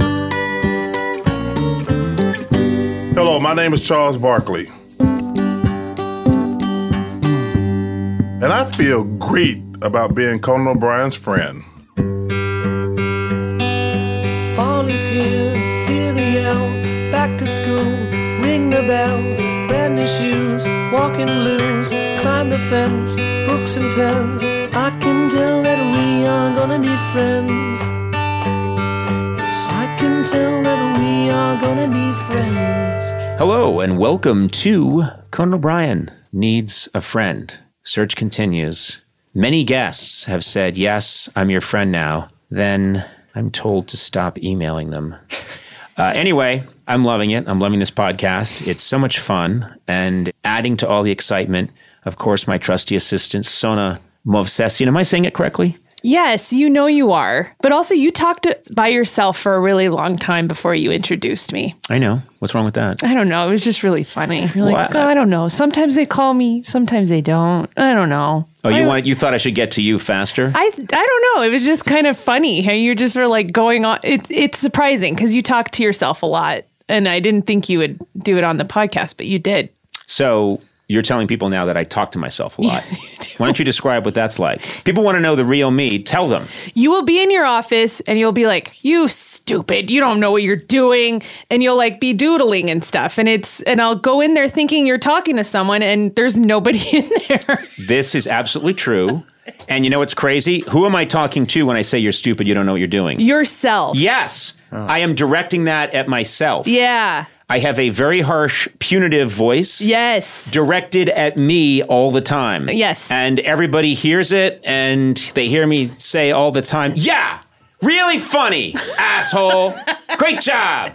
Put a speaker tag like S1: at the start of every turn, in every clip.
S1: Hello, my name is Charles Barkley. And I feel great about being Conan O'Brien's friend.
S2: Fall is here, hear the yell. Back to school, ring the bell. Brand new shoes, walking blues. Climb the fence, books and pens. I can tell that we are gonna be friends. Yes, I can tell that we are gonna be friends.
S3: Hello, and welcome to Conan O'Brien Needs a Friend. Search continues. Many guests have said, Yes, I'm your friend now. Then I'm told to stop emailing them. Uh, anyway, I'm loving it. I'm loving this podcast. It's so much fun. And adding to all the excitement, of course, my trusty assistant, Sona Movsesian. Am I saying it correctly?
S4: Yes, you know you are. But also, you talked by yourself for a really long time before you introduced me.
S3: I know. What's wrong with that?
S4: I don't know. It was just really funny. You're like,
S3: Well, I-
S4: "Oh, I don't know. Sometimes they call me, sometimes they don't. I don't know.
S3: Oh,
S4: I-
S3: you want you thought I should get to you faster?
S4: I, I don't know. It was just kind of funny how you just were like going on. It, it's surprising because you talk to yourself a lot. And I didn't think you would do it on the podcast, but you did.
S3: So you're telling people now that I talk to myself a lot. Why don't you describe what that's like? People want to know the real me. Tell them.
S4: you will be in your office and you'll be like, "You stupid! You don't know what you're doing," and you'll like be doodling and stuff. And it's and I'll go in there thinking you're talking to someone, and there's nobody in there.
S3: This is absolutely true. And you know what's crazy? Who am I talking to when I say you're stupid, you don't know what you're doing?
S4: Yourself,
S3: yes. I am directing that at myself.
S4: yeah,
S3: I have a very harsh, punitive voice.
S4: yes,
S3: Directed at me all the time.
S4: Yes.
S3: And everybody hears it and they hear me say all the time, Yeah, really funny, asshole. Great job.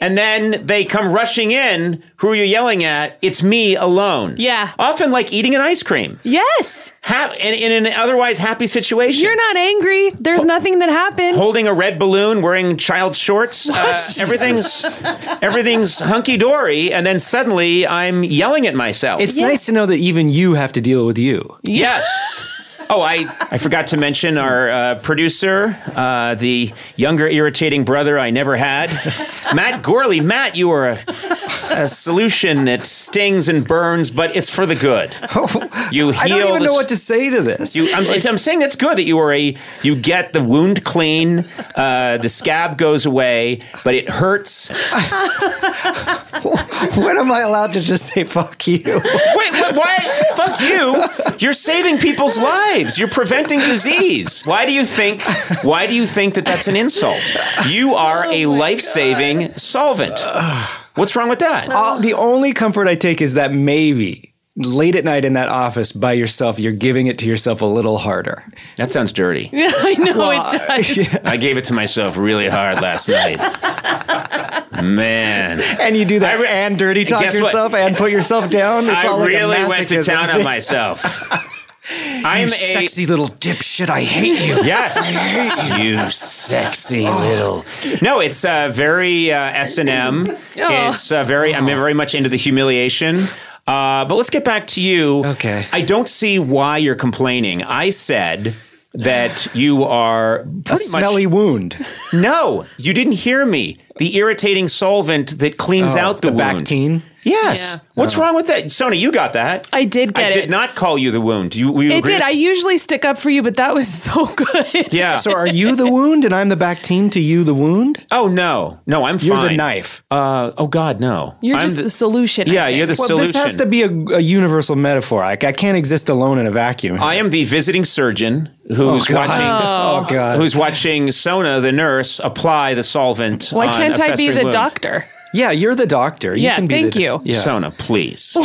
S3: And then they come rushing in. Who are you yelling at? It's me alone.
S4: Yeah.
S3: Often like eating an ice cream.
S4: yes.
S3: Ha- in, in an otherwise happy situation.
S4: You're not angry. There's nothing that happened.
S3: holding a red balloon, wearing child shorts. Uh, everything's everything's hunky dory, and then suddenly I'm yelling at myself.
S5: It's nice to know that even you have to deal with you.
S3: yes. Oh, I, I forgot to mention our uh, producer, uh, the younger irritating brother I never had, Matt Gorley. Matt, you are a, a solution that stings and burns, but it's for the good. Oh, You heal.
S5: Oh, I don't even
S3: the
S5: know what to say to this.
S3: You, I'm, it's- I'm saying that's good that you are a you get the wound clean, uh, the scab goes away, but it hurts.
S5: when am I allowed to just say fuck you?
S3: Wait, wh- why? Fuck you! You're saving people's lives. You're preventing disease. Why do you think? Why do you think that that's an insult? You are a life-saving solvent. What's wrong with that?
S5: All, the only comfort I take is that maybe late at night in that office by yourself, you're giving it to yourself a little harder.
S3: That sounds dirty.
S4: I know it does.
S3: I gave it to myself really hard last night. Man.
S5: And you do that
S3: I re-
S5: and dirty talk
S3: Guess what?
S5: yourself and put yourself down. It's
S3: I
S5: all like a
S3: really went to
S5: masochism
S3: town on
S5: thing.
S3: myself. I'm a
S5: sexy little dipshit. I hate you.
S3: Yes, you sexy little. No, it's uh, very uh, S and M.
S4: Oh.
S3: It's uh, very. I'm very much into the humiliation. Uh, but let's get back to you.
S5: Okay.
S3: I don't see why you're complaining. I said that you are
S5: A
S3: pretty much
S5: smelly wound.
S3: no. You didn't hear me. The irritating solvent that cleans out the,
S5: Oh, the Oh.
S3: wound.
S5: Bactine.
S3: Yes.
S4: Yeah.
S3: What's wrong with that, Sony? You got that.
S4: I did get
S3: I
S4: it.
S3: did not call you the wound. You. will you
S4: It
S3: agree
S4: did.
S3: with-
S4: I usually stick up for you, but that was so good.
S3: Yeah.
S5: So are you the wound, and I'm the Bactine to you, the wound?
S3: oh no. No, I'm
S5: You're
S3: fine.
S5: the knife.
S3: Uh, oh God, no.
S4: You're
S3: I'm
S4: just the, solution. I
S3: yeah,
S4: think.
S3: you're the
S5: well,
S3: solution.
S5: this has to be a, a universal metaphor. I, I can't exist alone in a vacuum.
S3: I am the visiting surgeon who's watching.
S5: oh God.
S3: Who's watching Sona, the nurse, apply the solvent?
S4: Why
S3: on
S4: can't
S3: a
S4: I be
S3: festering
S4: the
S3: wound?
S4: doctor?
S5: Yeah, you're the doctor. You
S4: Yeah,
S5: can be
S4: thank
S5: the,
S4: you.
S5: Yeah.
S3: Sona, please.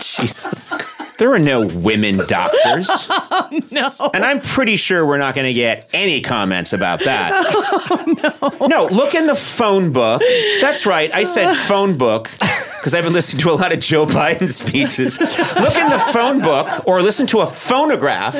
S3: Jesus, there are no women doctors. Oh, no, and I'm pretty sure we're not going to get any comments about that. Oh, no, look in the phone book. That's right, I said phone book. Because I've been listening to a lot of Joe Biden speeches. Look in the phone book or listen to a phonograph,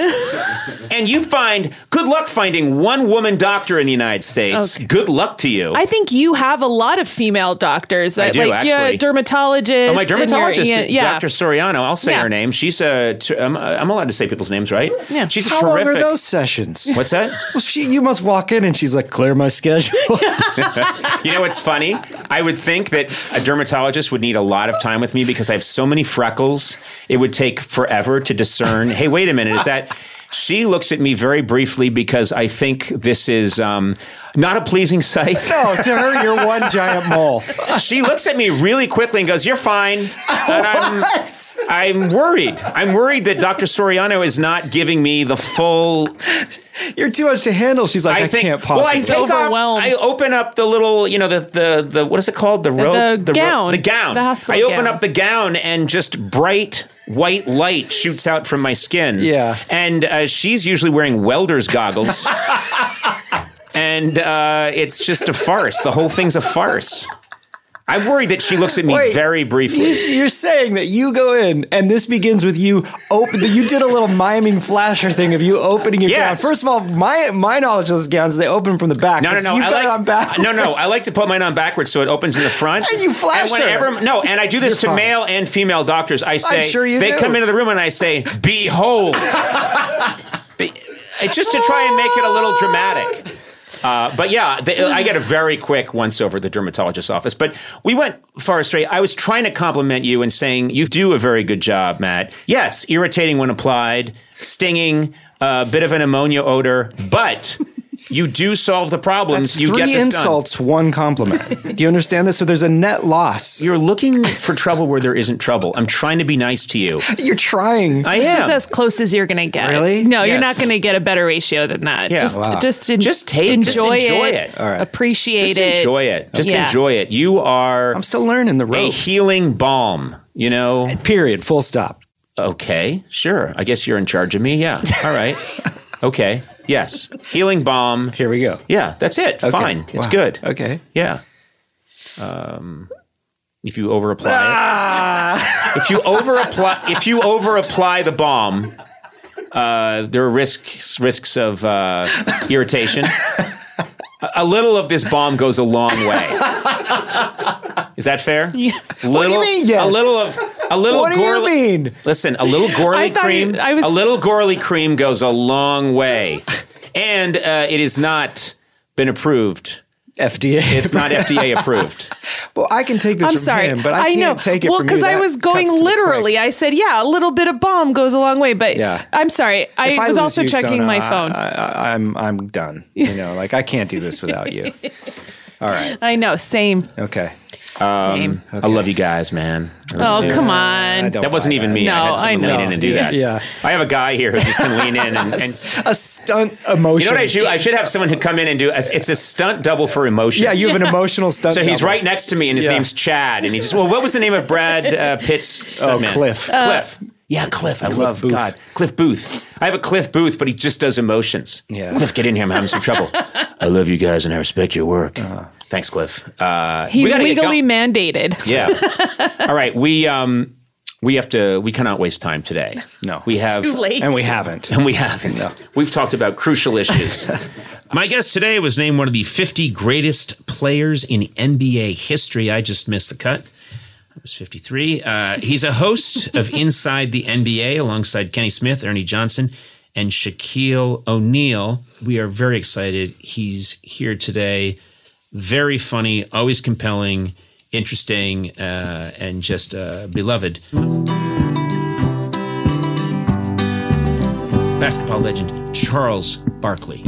S3: and you find good luck finding one woman doctor in the United States. Good luck to you.
S4: I think you have a lot of female doctors. That,
S3: I do,
S4: like,
S3: actually.
S4: Yeah, dermatologist.
S3: Oh, my dermatologist,
S4: and your- yeah.
S3: Dr. Soriano. I'll say
S4: Yeah.
S3: her name. She's a. T- I'm, I'm allowed to say people's names, right?
S4: Yeah.
S3: She's
S5: How
S3: terrific.
S5: long are those sessions?
S3: What's that?
S5: Well, she, you must walk in and she's like, clear my schedule.
S3: You know, it's funny. I would think that a dermatologist would need a lot of time with me because I have so many freckles. It would take forever to discern. hey, wait a minute. Is that? She looks at me very briefly because I think this is um, not a pleasing sight.
S5: no, Oh, to her, you're one giant mole.
S3: she looks at me really quickly and goes, "You're fine." And I'm, I'm worried. I'm worried that Dr. Soriano is not giving me the full.
S5: You're too much to handle. She's like, I,
S3: think.
S5: can't
S3: well, I
S5: possibly.
S3: take off.
S4: Overwhelmed.
S3: I open up the little, you know, the the, the what is it called? The robe,
S4: the
S3: ro-
S4: gown.
S3: the gown.
S4: The hospital
S3: I open
S4: gown.
S3: up the gown and just bright white light shoots out from my skin.
S5: Yeah.
S3: and uh, she's usually wearing welder's goggles. And uh, it's just a farce. The whole thing's a farce. I'm worried that she looks at me
S5: Wait.
S3: very briefly.
S5: You, are saying that you go in and this begins with you open. You did a little miming flasher thing of you opening your
S3: Yes.
S5: gown. First of all, my my knowledge of this gown is they open from the back.
S3: No, no,
S5: 'cause
S3: no.
S5: You
S3: I
S5: got
S3: like,
S5: it on back.
S3: No, no. I like to put mine on backwards so it opens in the front.
S5: And you flash
S3: And whenever,
S5: her.
S3: No, and I do this
S5: You're
S3: to
S5: fine.
S3: male and female doctors. I say,
S5: sure you
S3: they
S5: do.
S3: come into the room and I say, behold. Be- it's just to try and make it a little dramatic. Uh, but yeah, the, I get a very quick once over at the dermatologist's office. But we went far astray. I was trying to compliment you and saying you do a very good job, Matt. Yes, irritating when applied, stinging, a bit of an ammonia odor, but you do solve the problems.
S5: That's
S3: you
S5: three
S3: get this done.
S5: insults, one compliment. do you understand this? So there's a net loss.
S3: You're looking for trouble where there isn't trouble. I'm trying to be nice to you.
S5: You're trying.
S3: I
S4: This
S3: am.
S4: is as close as you're going to get.
S5: Really?
S4: No, you're
S3: Yes.
S4: not going to get a better ratio than that.
S3: Yeah.
S4: just,
S3: Wow.
S4: just, en-
S3: Just take- just
S4: enjoy
S3: enjoy
S4: it.
S3: it. All right.
S4: Appreciate
S3: just
S4: it.
S3: enjoy it. Just
S4: Yeah.
S3: enjoy it. You are
S5: I'm still learning the
S3: a
S5: ropes.
S3: healing balm. You know.
S5: Period. Full stop.
S3: Okay, sure. I guess you're in charge of me. Yeah. All right. okay. Yes. Healing bomb.
S5: Here we go.
S3: Yeah, that's it.
S5: Okay.
S3: Fine. It's
S5: Wow.
S3: good.
S5: Okay.
S3: Yeah. Um, if you over apply
S5: Ah!
S3: it, if you over apply, if you over apply the bomb, uh, there are risks risks of uh, irritation. A- A little of this bomb goes a long way. Is that fair?
S4: Yes.
S3: Little,
S5: do you mean, yes?
S3: A little of a little.
S5: What do you
S3: Gorli-
S5: mean?
S3: Listen, a little
S4: I
S3: gorly
S4: thought
S3: cream.
S4: you- I was-
S3: A little gorly cream goes a long way, and uh, it has not been approved.
S5: FDA.
S3: It's not FDA approved.
S5: well, I can take this
S4: I'm
S5: from
S4: sorry,
S5: him, but I, can't
S4: know.
S5: take it
S4: well,
S5: from you.
S4: I
S5: That
S4: was going
S5: cuts to the
S4: literally. I said, "Yeah, a little bit of bomb goes a long way." But
S5: Yeah.
S4: I'm sorry, I
S5: quick. If
S4: was
S5: lose
S4: also
S5: you,
S4: checking
S5: Sona,
S4: my phone. I,
S5: I, I, I'm I'm done. You know, like I can't do this without you. All right.
S4: know, same,
S5: Okay.
S4: same.
S3: I love you guys, man.
S4: Oh, come on.
S5: I Um, don't
S3: That wasn't
S5: buy
S3: even
S5: that.
S3: me. I
S4: No,
S3: had someone
S4: I know.
S3: lean in and do that.
S5: Yeah.
S3: I have a guy here who just can lean in and. and
S5: A stunt emotion.
S3: you know what I should? I should have someone who come in and do. It's a stunt double for emotion.
S5: Yeah, you have an emotional stunt.
S3: So he's
S5: double.
S3: right next to me, and his
S5: Yeah.
S3: name's Chad, and he just. Well, what was the name of Brad uh, Pitt's
S5: Oh,
S3: stuntman?
S5: Cliff.
S3: Cliff. Yeah, Cliff. I love
S5: Booth.
S3: God. Cliff Booth. I have a Cliff Booth, but he just does emotions.
S5: Yeah.
S3: Cliff, get in here. I'm having some trouble. I love you guys, and I respect your work.
S5: Uh-huh.
S3: Thanks, Cliff. Uh, we
S4: He's
S3: gotta get
S4: legally
S3: going.
S4: mandated.
S3: Yeah. All right. We um we have to, we cannot waste time today.
S5: No.
S3: We have,
S4: Too late.
S5: And we haven't.
S3: and we haven't. We've talked about crucial issues. My guest today was named one of the 50 greatest players in NBA history. I just missed the cut. I was 53. Uh, he's a host of Inside the NBA alongside Kenny Smith, Ernie Johnson, and Shaquille O'Neal. We are very excited. He's here today. Very funny, always compelling, interesting, uh, and just uh, beloved. basketball legend Charles Barkley.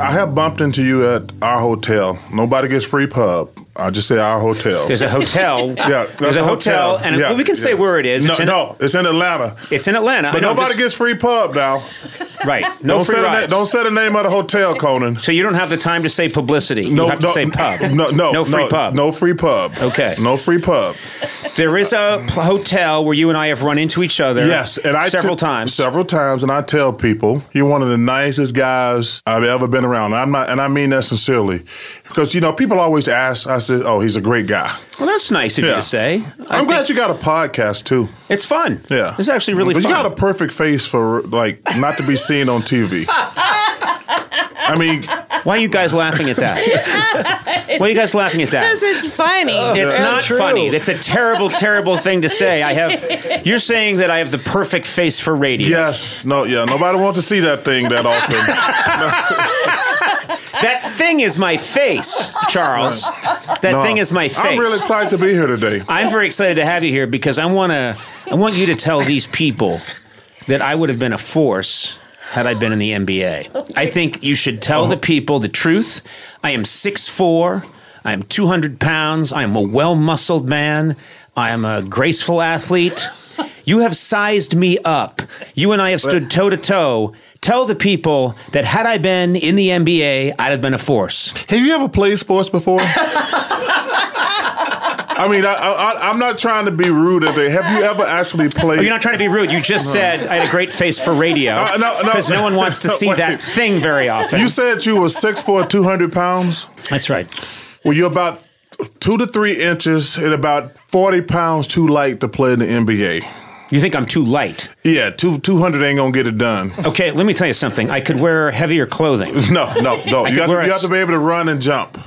S1: I have bumped into you at our hotel. Nobody gets free pub. I just say our hotel.
S3: There's a hotel.
S1: yeah,
S3: there's a hotel, and
S1: Yeah,
S3: we can say
S1: yeah.
S3: where it is.
S1: No,
S3: it's, in,
S1: no, it's in Atlanta.
S3: it's in Atlanta. I
S1: But
S3: know,
S1: nobody
S3: just-
S1: gets free pub now.
S3: right. No
S1: don't,
S3: free
S1: say the na-
S3: rides.
S1: don't say the name of the hotel, Conan.
S3: so you don't have the time to say publicity.
S1: No,
S3: you have
S1: no,
S3: to say pub.
S1: No, no,
S3: no free pub.
S1: No free pub.
S3: Okay.
S1: No free pub.
S3: There is a pl- hotel where you and I have run into each other.
S1: Yes, and I
S3: several
S1: t-
S3: times.
S1: several times, and I tell people you're one of the nicest guys I've ever been around. And I'm not, and I mean that sincerely, because you know people always ask. I said, "Oh, he's a great guy."
S3: well, that's nice of you
S1: Yeah.
S3: to say. I
S1: I'm glad
S3: think
S1: you got a podcast too.
S3: it's fun.
S1: Yeah,
S3: it's actually really
S1: But
S3: fun.
S1: you got a perfect face for like not to be seen on TV. I mean,
S3: Why are you guys laughing at that? Why are you guys laughing at that?
S4: Because it's funny.
S3: It's
S5: Yeah.
S3: not
S5: True.
S3: funny. That's a terrible, terrible thing to say. I have. You're saying that I have the perfect face for radio.
S1: yes, no, yeah, nobody wants to see that thing that often.
S3: That thing is my face, Charles. That
S1: No.
S3: thing is my face.
S1: I'm really excited to be here today.
S3: I'm very excited to have you here because I want to. I want you to tell these people that I would have been a force had I been in the NBA. I think you should tell the people the truth. I am 6'4", I am 200 pounds, I am a well-muscled man, I am a graceful athlete. You have sized me up. You and I have stood toe to toe. Tell the people that had I been in the NBA, I'd have been a force.
S1: Have you ever played sports before? I mean, I, I, I'm not trying to be rude. If they, have you ever actually played?
S3: Oh, you're not trying to be rude. You just said I had a great face for radio
S1: Uh, no, no.
S3: because no, one wants to
S1: No,
S3: see
S1: wait.
S3: that thing very often.
S1: You said you were 6'4", 200 pounds.
S3: That's right.
S1: Well, you're about two to three inches and about 40 pounds too light to play in the NBA.
S3: You think I'm too light?
S1: Yeah, two, 200 ain't going to get it done.
S3: Okay, let me tell you something. I could wear heavier clothing.
S1: No, no, no.
S3: could
S1: You, have,
S3: wear a
S1: you have
S3: s-
S1: to be able to run and jump.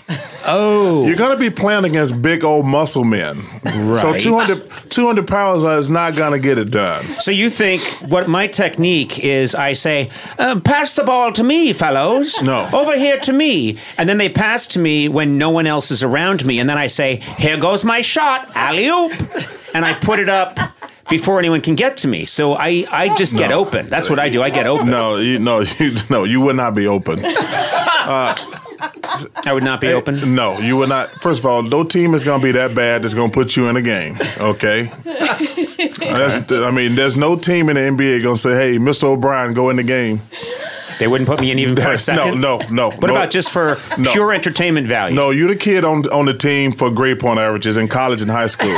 S3: Oh,
S1: You're going to be playing against big old muscle men. So
S3: Right.
S1: 200, 200 pounds is not going to get it done.
S3: so you think what my technique is? I say, um, pass the ball to me, fellows.
S1: No.
S3: over here to me, and then they pass to me when no one else is around me, and then I say, here goes my shot, alley oop, and I put it up. Before anyone can get to me, so I, I just get open. That's what I do. I get open.
S1: No, you, no, you, no, you would not be open.
S3: I would not be open.
S1: No, you would not. First of all, no team is going to be that bad that's going to put you in a game. Okay. That's- I mean, there's no team in the NBA going to say, "Hey, Mr. O'Brien, go in the game."
S3: They wouldn't put me in even for a
S1: No,
S3: second.
S1: no, no.
S3: What about just for
S1: No.
S3: pure entertainment value?
S1: No, you're the kid on on the team for grade point averages in college and high school.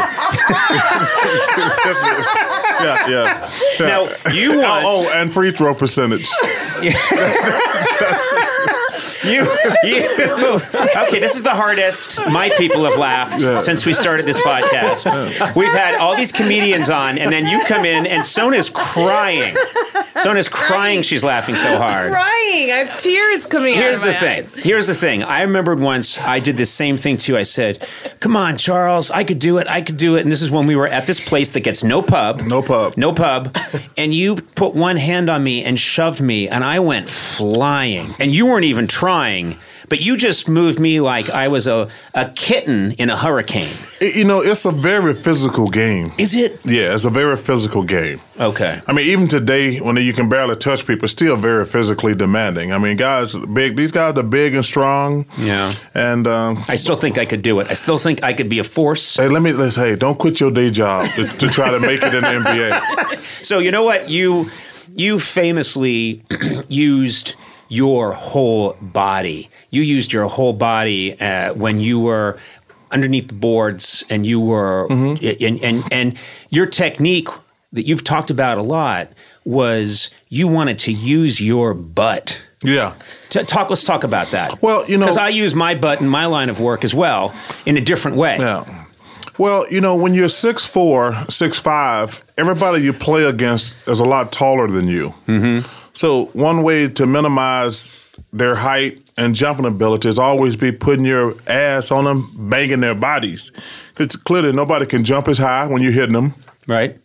S1: yeah, yeah. yeah.
S3: Now you want
S1: Oh, oh, and free throw percentage.
S3: you, you. Okay, this is the hardest my people have laughed
S1: Yeah.
S3: since we started this podcast. We've had all these comedians on, and then you come in, and Sona's crying. Sona's crying. She's laughing so hard.
S4: crying. I have tears coming
S3: Here's
S4: out
S3: the
S4: of my
S3: thing. Here's the thing. I remembered once I did the same thing too. I said, "Come on, Charles, I could do it. I could do it." And this is when we were at this place that gets no pub,
S1: No pub.
S3: no pub, and you put one hand on me and shoved me, and I went flying. And you weren't even trying, but you just moved me like I was a a kitten in a hurricane.
S1: It- you know, it's a very physical game.
S3: Is it
S1: Yeah, it's a very physical game.
S3: okay?
S1: I mean, even today, when you can barely touch people, it's still very physically demanding. I mean, guys, big. These guys are big and strong.
S3: Yeah.
S1: And um,
S3: I still think I could do it. I still think I could be a force.
S1: hey, let me let's hey, don't quit your day job to, to try to make it in the NBA.
S3: So you know what you you famously used your whole body. You used your whole body uh, when you were underneath the boards, and you were
S1: Mm-hmm.
S3: and, and and your technique that you've talked about a lot was you wanted to use your butt.
S1: Yeah.
S3: T- talk. Let's talk about that.
S1: Well, you know-
S3: because I use my butt in my line of work as well in a different way.
S1: Yeah. Well, you know, when you're six four, six five, everybody you play against is a lot taller than you. Mm-hmm. So one way to minimize their height and jumping ability is always be putting your ass on them, banging their bodies. Because clearly nobody can jump as high when you're hitting them.
S3: Right.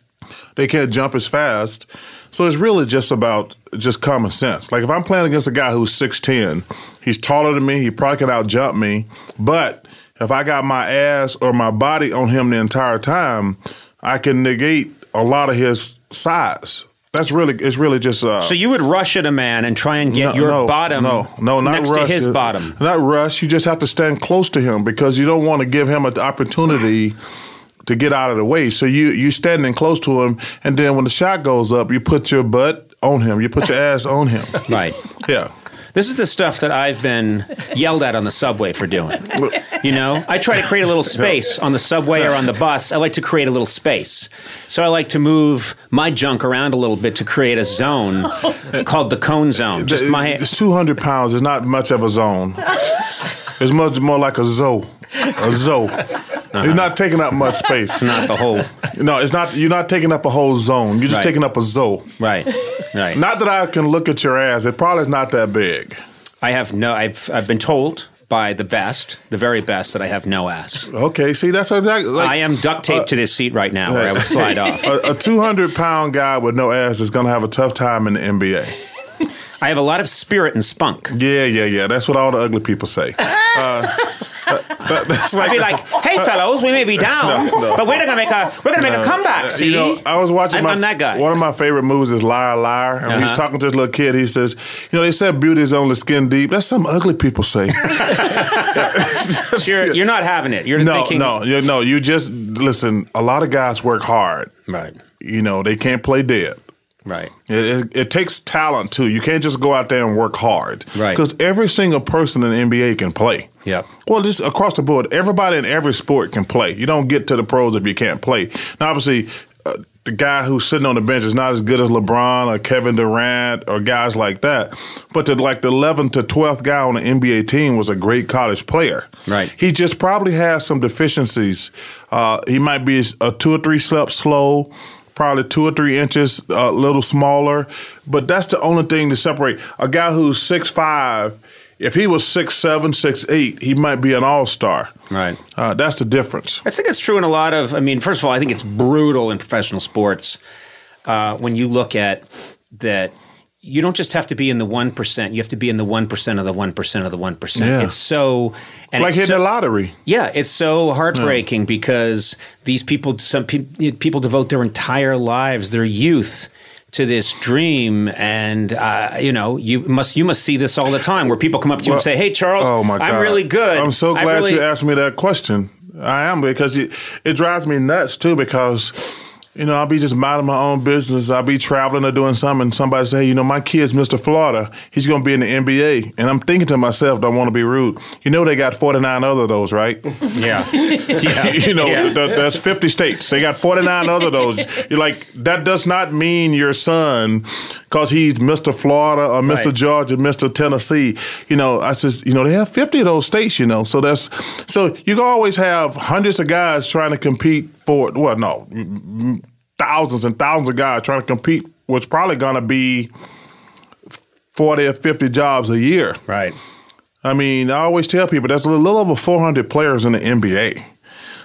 S1: They can't jump as fast. So it's really just about just common sense. Like if I'm playing against a guy who's 6'10, he's taller than me, he probably could out jump me. But if I got my ass or my body on him the entire time, I can negate a lot of his size. That's really it's really just uh,
S3: So you would rush at a man and try and get your bottom
S1: no, no, not
S3: next
S1: rush.
S3: to his bottom.
S1: Not rush. You just have to stand close to him because you don't want to give him an opportunity to get out of the way. So you you standing close to him, and then when the shot goes up, you put your butt on him. You put your ass on him.
S3: Right.
S1: Yeah.
S3: This is the stuff that I've been yelled at on the subway for doing. You know, I try to create a little space on the subway or on the bus. I like to create a little space. So I like to move my junk around a little bit to create a zone called the cone zone. Just my
S1: it's two hundred pounds. It's not much of a zone. It's much more like a zoo. A zoo. You're not taking up much space.
S3: Uh-huh. not the whole.
S1: No, it's not. You're not taking up a whole zone. You're just
S3: Right.
S1: taking up a zoo.
S3: Right. Right.
S1: Not that I can look at your ass. It probably is not that big.
S3: I have no I've I've been told by the best, the very best that I have no ass.
S1: Okay, see, that's exactly. Like,
S3: I am duct taped to this seat right now where I would slide off.
S1: A, a 200 pound guy with no ass is going to have a tough time in the NBA.
S3: I have a lot of spirit and spunk.
S1: Yeah, yeah, yeah. That's what all the ugly people say. Uh, that- that's like,
S3: be like, "Hey, fellows, we may be down,
S1: No, no.
S3: but we're gonna make a we're gonna make a comeback." See,
S1: uh, You know, I was watching.
S3: I'm,
S1: my,
S3: I'm that guy.
S1: One of my favorite movies is Liar Liar, and he
S3: Uh-huh.
S1: was talking to this little kid. He says, "You know, they said beauty is only skin deep. That's something ugly people say."
S3: you're, you're not having it. You're
S1: no,
S3: thinking,
S1: no, you- no. You just listen. A lot of guys work hard.
S3: right,
S1: You know, they can't play dead.
S3: right,
S1: It, it, it takes talent too. You can't just go out there and work hard.
S3: Right.
S1: Because every single person in the NBA can play.
S3: Yep.
S1: Well, just across the board, everybody in every sport can play. You don't get to the pros if you can't play. Now, obviously, uh, the guy who's sitting on the bench is not as good as LeBron or Kevin Durant or guys like that. But the, like the 11th to 12th guy on the NBA team was a great college player.
S3: Right.
S1: He just probably has some deficiencies. Uh, he might be a two or three steps slow, probably two or three inches a little smaller. But that's the only thing to separate a guy who's six five. If he was six seven, six eight, he might be an all star.
S3: right.
S1: Uh, that's the difference.
S3: I think it's true in a lot of. I mean, first of all, I think it's brutal in professional sports uh, when you look at that. You don't just have to be in the one percent; you have to be in the one percent of the one percent of the one percent.
S1: Yeah.
S3: It's so and
S1: Like
S3: it's
S1: hitting
S3: so-
S1: the lottery.
S3: Yeah, it's so heartbreaking because these people, some pe- people devote their entire lives, their youth, to this dream, and uh, you know, you must you must see this all the time, where people come up to you and say, "Hey, Charles,
S1: oh my God.
S3: I'm really good.
S1: I'm so
S3: I
S1: glad
S3: really-
S1: you asked me that question. I am because it, it drives me nuts too because. You know, I'll be just minding my own business. I'll be traveling or doing something, and somebody say, hey, you know, my kid's Mr. Florida. He's going to be in the NBA. And I'm thinking to myself, don't want to be rude. You know, they got 49 other of those, right?
S3: Yeah, yeah,
S1: you know,
S3: Yeah.
S1: that, that's 50 states. They got 49 other those. You're like, that does not mean your son, because he's Mr. Florida or Mr.
S3: Right.
S1: Georgia, Mr. Tennessee. You know, I says, you know, they have 50 of those states, you know. So that's, so you can always have hundreds of guys trying to compete for, well, no, mm, thousands and thousands of guys trying to compete, what's probably going to be 40 or 50 jobs a year.
S3: right.
S1: I mean, I always tell people there's a little over 400 players in the NBA,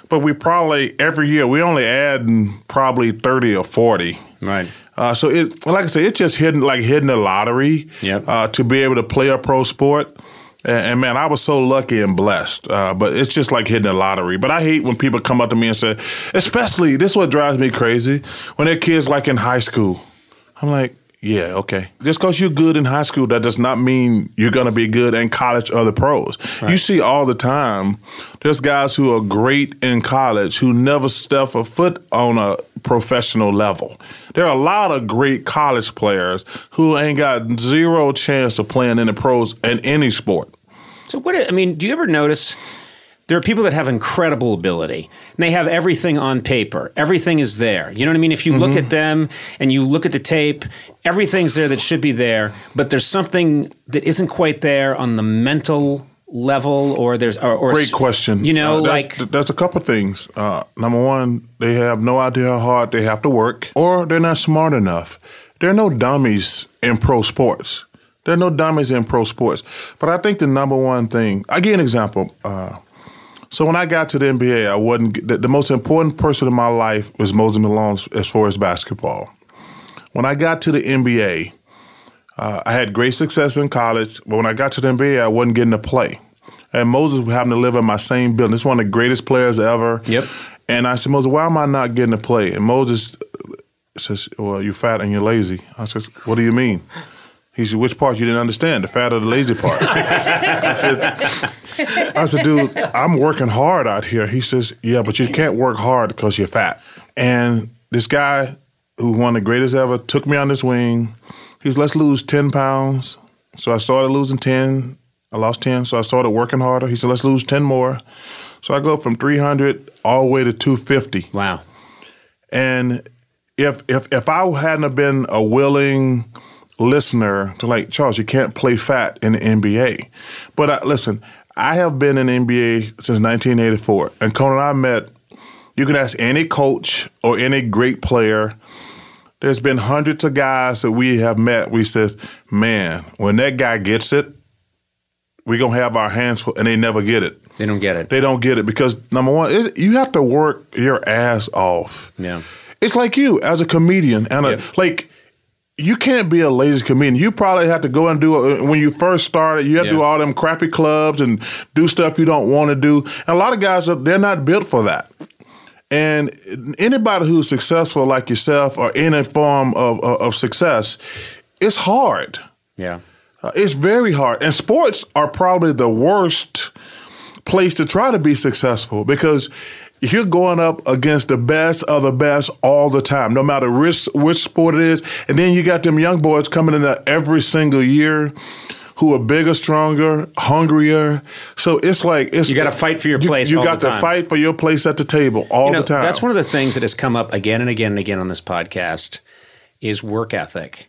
S1: but we probably every year we only add probably 30 or 40.
S3: Right.
S1: Uh, so it, like I said, it's just hitting like hitting the lottery
S3: Yep.
S1: uh, to be able to play a pro sport. And, and man, I was so lucky and blessed. Uh, but it's just like hitting the lottery. But I hate when people come up to me and say, especially this is what drives me crazy when their kids like in high school. I'm like, yeah, okay. Just because you're good in high school, that does not mean you're going to be good in college or the pros. You see all the time, there's guys who are great in college who never step a foot on a professional level. There are a lot of great college players who ain't got zero chance of playing in the pros in any sport.
S3: So what I mean, do you ever notice there are people that have incredible ability and they have everything on paper. Everything is there. You know what I mean? If you look
S1: Mm-hmm.
S3: at them and you look at the tape, everything's there that should be there, but there's something that isn't quite there on the mental level or there's or, or
S1: Great question.
S3: You know,
S1: Uh, that's,
S3: like
S1: th- that's a couple things. Uh, number one, they have no idea how hard they have to work, or they're not smart enough. There are no dummies in pro sports. There are no dummies in pro sports. But I think the number one thing, I give you an example. Uh, so when I got to the NBA, I wasn't the, the most important person in my life was Moses Malone as far as basketball. When I got to the NBA, uh, I had great success in college, but when I got to the NBA, I wasn't getting to play. And Moses happened to live in my same building. It's one of the greatest players ever.
S3: Yep.
S1: And I said, Moses, why am I not getting to play? And Moses says, Well, you're fat and you're lazy. I said, What do you mean? He said, Which part you didn't understand? The fat or the lazy part? I said, dude, I'm working hard out here. He says, yeah, but you can't work hard because you're fat. And this guy who won the greatest ever took me on this wing. He's let's lose 10 pounds. So I started losing 10. I lost 10. So I started working harder. He said, let's lose 10 more. So I go from 300 all the way to 250.
S3: wow.
S1: And if if if I hadn't have been a willing listener to like Charles, you can't play fat in the NBA. But I, listen, I have been in the NBA since 1984, and Conan, I met. You can ask any coach or any great player. There's been hundreds of guys that we have met. We says, man, when that guy gets it, we gonna have our hands full, and they never get it
S3: They don't get it.
S1: they don't get it because number one, it, you have to work your ass off.
S3: Yeah.
S1: It's like you as a comedian and a,
S3: Yeah.
S1: like you can't be a lazy comedian. You probably have to go and do when you first started. You have to
S3: Yeah.
S1: do all them crappy clubs and do stuff you don't want to do. And a lot of guys they're not built for that. And anybody who's successful like yourself or any form of of, of success, it's hard.
S3: Yeah.
S1: Uh, It's very hard. And sports are probably the worst place to try to be successful because you're going up against the best of the best all the time, no matter which, which sport it is. And then you got them young boys coming in there every single year who are bigger, stronger, hungrier. So it's like it's
S3: You gotta fight for your
S1: you-
S3: place
S1: You,
S3: all
S1: got
S3: the
S1: to
S3: time.
S1: fight for your place at the table all
S3: You know,
S1: the time.
S3: That's one of the things that has come up again and again and again on this podcast is work ethic.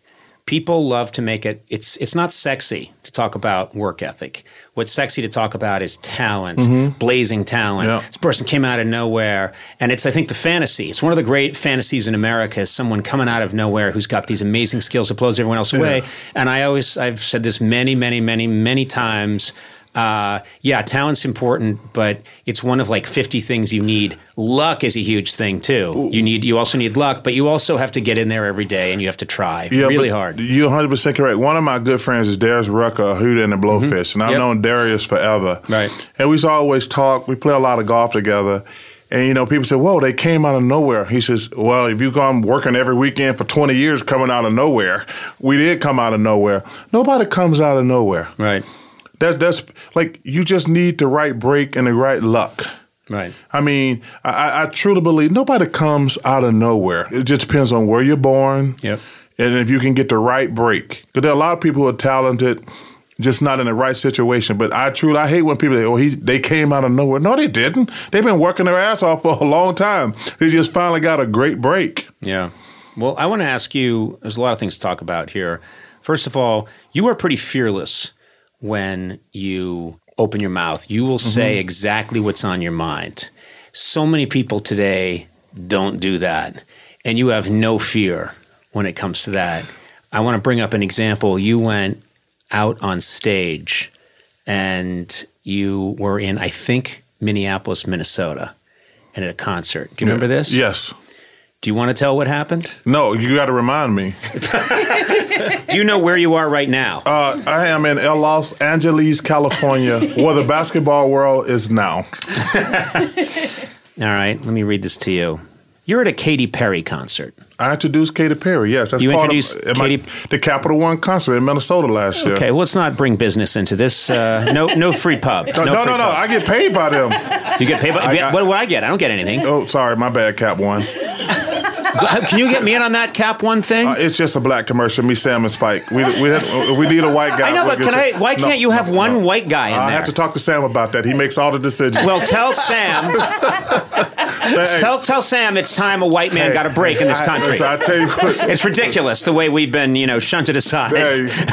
S3: People love to make it it's it's not sexy to talk about work ethic. What's sexy to talk about is talent, blazing talent.
S1: Mm-hmm. Yeah.
S3: This person came out of nowhere and it's I think the fantasy. It's one of the great fantasies in America is someone coming out of nowhere who's got these amazing skills that blows everyone else away. And I always I've said this many many many many times uh, yeah, talent's important, but it's one of like 50 things you need. Luck is a huge thing too. You need you also need luck, but you also have to get in there every day and you have to try really
S1: but
S3: hard.
S1: You're 100 percent correct. One of my good friends is Darius Rucker, Huda and the Blowfish, and
S3: Mm-hmm.
S1: I've
S3: Yep.
S1: known Darius forever.
S3: Right.
S1: And we used to always talk. We play a lot of golf together. And you know, people say, "Whoa, they came out of nowhere." He says, "Well, if you've gone working every weekend for 20 years, coming out of nowhere, we did come out of nowhere. Nobody comes out of nowhere.
S3: Right.
S1: That's that's like you just need the right break and the right luck."
S3: Right.
S1: I mean, I- I, I truly believe nobody comes out of nowhere. It just depends on where you're born.
S3: Yep.
S1: And if you can get the right break. Because there are a lot of people who are talented, just not in the right situation. But I truly, I hate when people say, oh, he, they came out of nowhere. No, they didn't. They've been working their ass off for a long time. They just finally got a great break.
S3: Yeah. Well, I want to ask you there's a lot of things to talk about here. First of all, you are pretty fearless when you open your mouth. You will say exactly what's on your mind. So many people today don't do that. And you have no fear when it comes to that. I want to bring up an example. You went out on stage and you were in, I think, Minneapolis, Minnesota, and at a concert. Do you remember this?
S1: Yes.
S3: Do you want to tell what happened?
S1: No, you got to remind me.
S3: Do you know where you are right now?
S1: Uh, I am in Los Angeles, California, where the basketball world is now.
S3: All right, let me read this to you. You're at a Katy Perry concert.
S1: I introduced Katy Perry. Yes, that's
S3: You
S1: part
S3: introduced
S1: of at my-
S3: Katy-
S1: the Capital One concert in Minnesota last year.
S3: Okay, well, let's not bring business into this. Uh, no, no free pub.
S1: No, no,
S3: free
S1: no, no.
S3: pub.
S1: I get paid by them.
S3: You get paid. By,
S1: I got-
S3: what would I get? I don't get anything.
S1: oh, sorry, my bad, Cap One.
S3: Can you get me in on that Cap One thing?
S1: Uh, it's just a black commercial. Me, Sam, and Spike. We we had, uh, we need a white guy.
S3: I know,
S1: We'll
S3: but
S1: get
S3: can I?
S1: you-
S3: Why
S1: No,
S3: can't you have
S1: no,
S3: one
S1: no.
S3: white guy in
S1: I
S3: there?
S1: have to talk to Sam about that. He makes all the decisions.
S3: Well, tell Sam.
S1: Sam-
S3: tell, tell Sam it's time a white man got a break in this
S1: I-
S3: country.
S1: I, tell you what.
S3: It's ridiculous the way we've been, you know, shunted aside.
S1: Hey, hey,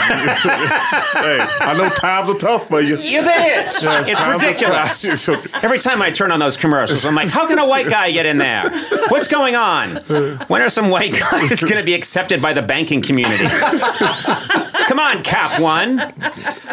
S1: I know times are tough for you.
S3: It is.
S1: Yeah,
S3: it's
S1: times are
S3: ridiculous.
S1: tough.
S3: Every time I turn on those commercials, I'm like, how can a white guy get in there? What's going on? When are some white guys going to be accepted by the banking community? Come on, Cap One.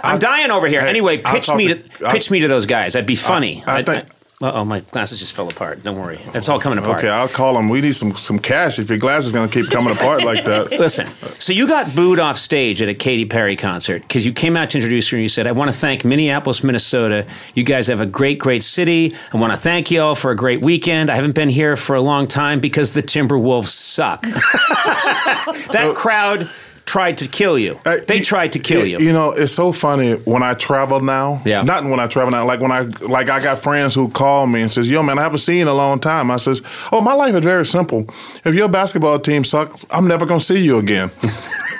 S3: I'm dying over here.
S1: hey,
S3: anyway,
S1: I'll
S3: pitch
S1: talk
S3: me to,
S1: to- I'll-
S3: pitch me to those guys. That'd be funny.
S1: I- I think-
S3: uh oh, my glasses just fell apart. Don't worry, it's all coming apart.
S1: Okay, I'll call him. We need some some cash if your glass is gonna keep coming apart like that.
S3: Listen, so you got booed off stage at a Katy Perry concert because you came out to introduce her and you said, I want to thank Minneapolis, Minnesota. You guys have a great, great city. I want to thank you all for a great weekend. I haven't been here for a long time because the Timberwolves suck. that crowd tried to kill you.
S1: Oh. Uh,
S3: they
S1: y-
S3: tried to kill
S1: y-
S3: you.
S1: You know, it's so funny when I travel now.
S3: Yeah.
S1: Not when I travel now. Like when I like I got friends who call me and says, "Yo, man, I haven't seen you in a long time." I says, "Oh, my life is very simple. If your basketball team sucks, I'm never gonna see you again."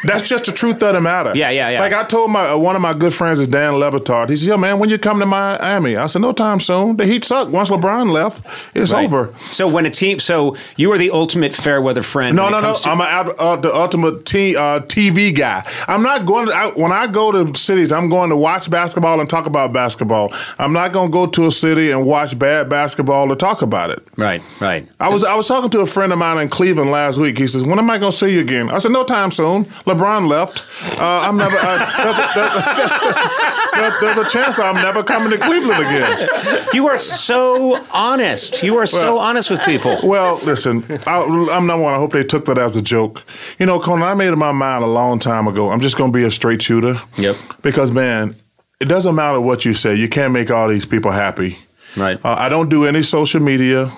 S1: That's just the truth of the matter.
S3: Yeah, yeah, yeah.
S1: Like I told my uh, one of my good friends is Dan Levitard. He said, "Yo, man, when you come to Miami?" I said, "No time soon. The Heat suck. Once LeBron left, it's
S3: Right.
S1: over."
S3: So when a team, so you are the ultimate fair weather friend.
S1: No,
S3: when
S1: no,
S3: it
S1: no.
S3: comes to-
S1: I'm a, ad- uh, the ultimate t- uh, TV guy. I'm not going to, I, when I go to cities, I'm going to watch basketball and talk about basketball. I'm not going to go to a city and watch bad basketball or talk about it.
S3: right, right.
S1: I was I was talking to a friend of mine in Cleveland last week. He says, "When am I going to see you again?" I said, "No time soon. LeBron left. Uh, I'm never. Uh, there's, a, there's, a, there's a chance I'm never coming to Cleveland again."
S3: You are so honest. You are so honest with people.
S1: Well, listen, I, I'm not one. I hope they took that as a joke. You know, Conan, I made up my mind a long time ago. I'm just going to be a straight shooter.
S3: Yep.
S1: Because, man, it doesn't matter what you say. You can't make all these people happy.
S3: Right.
S1: Uh, I don't do any social media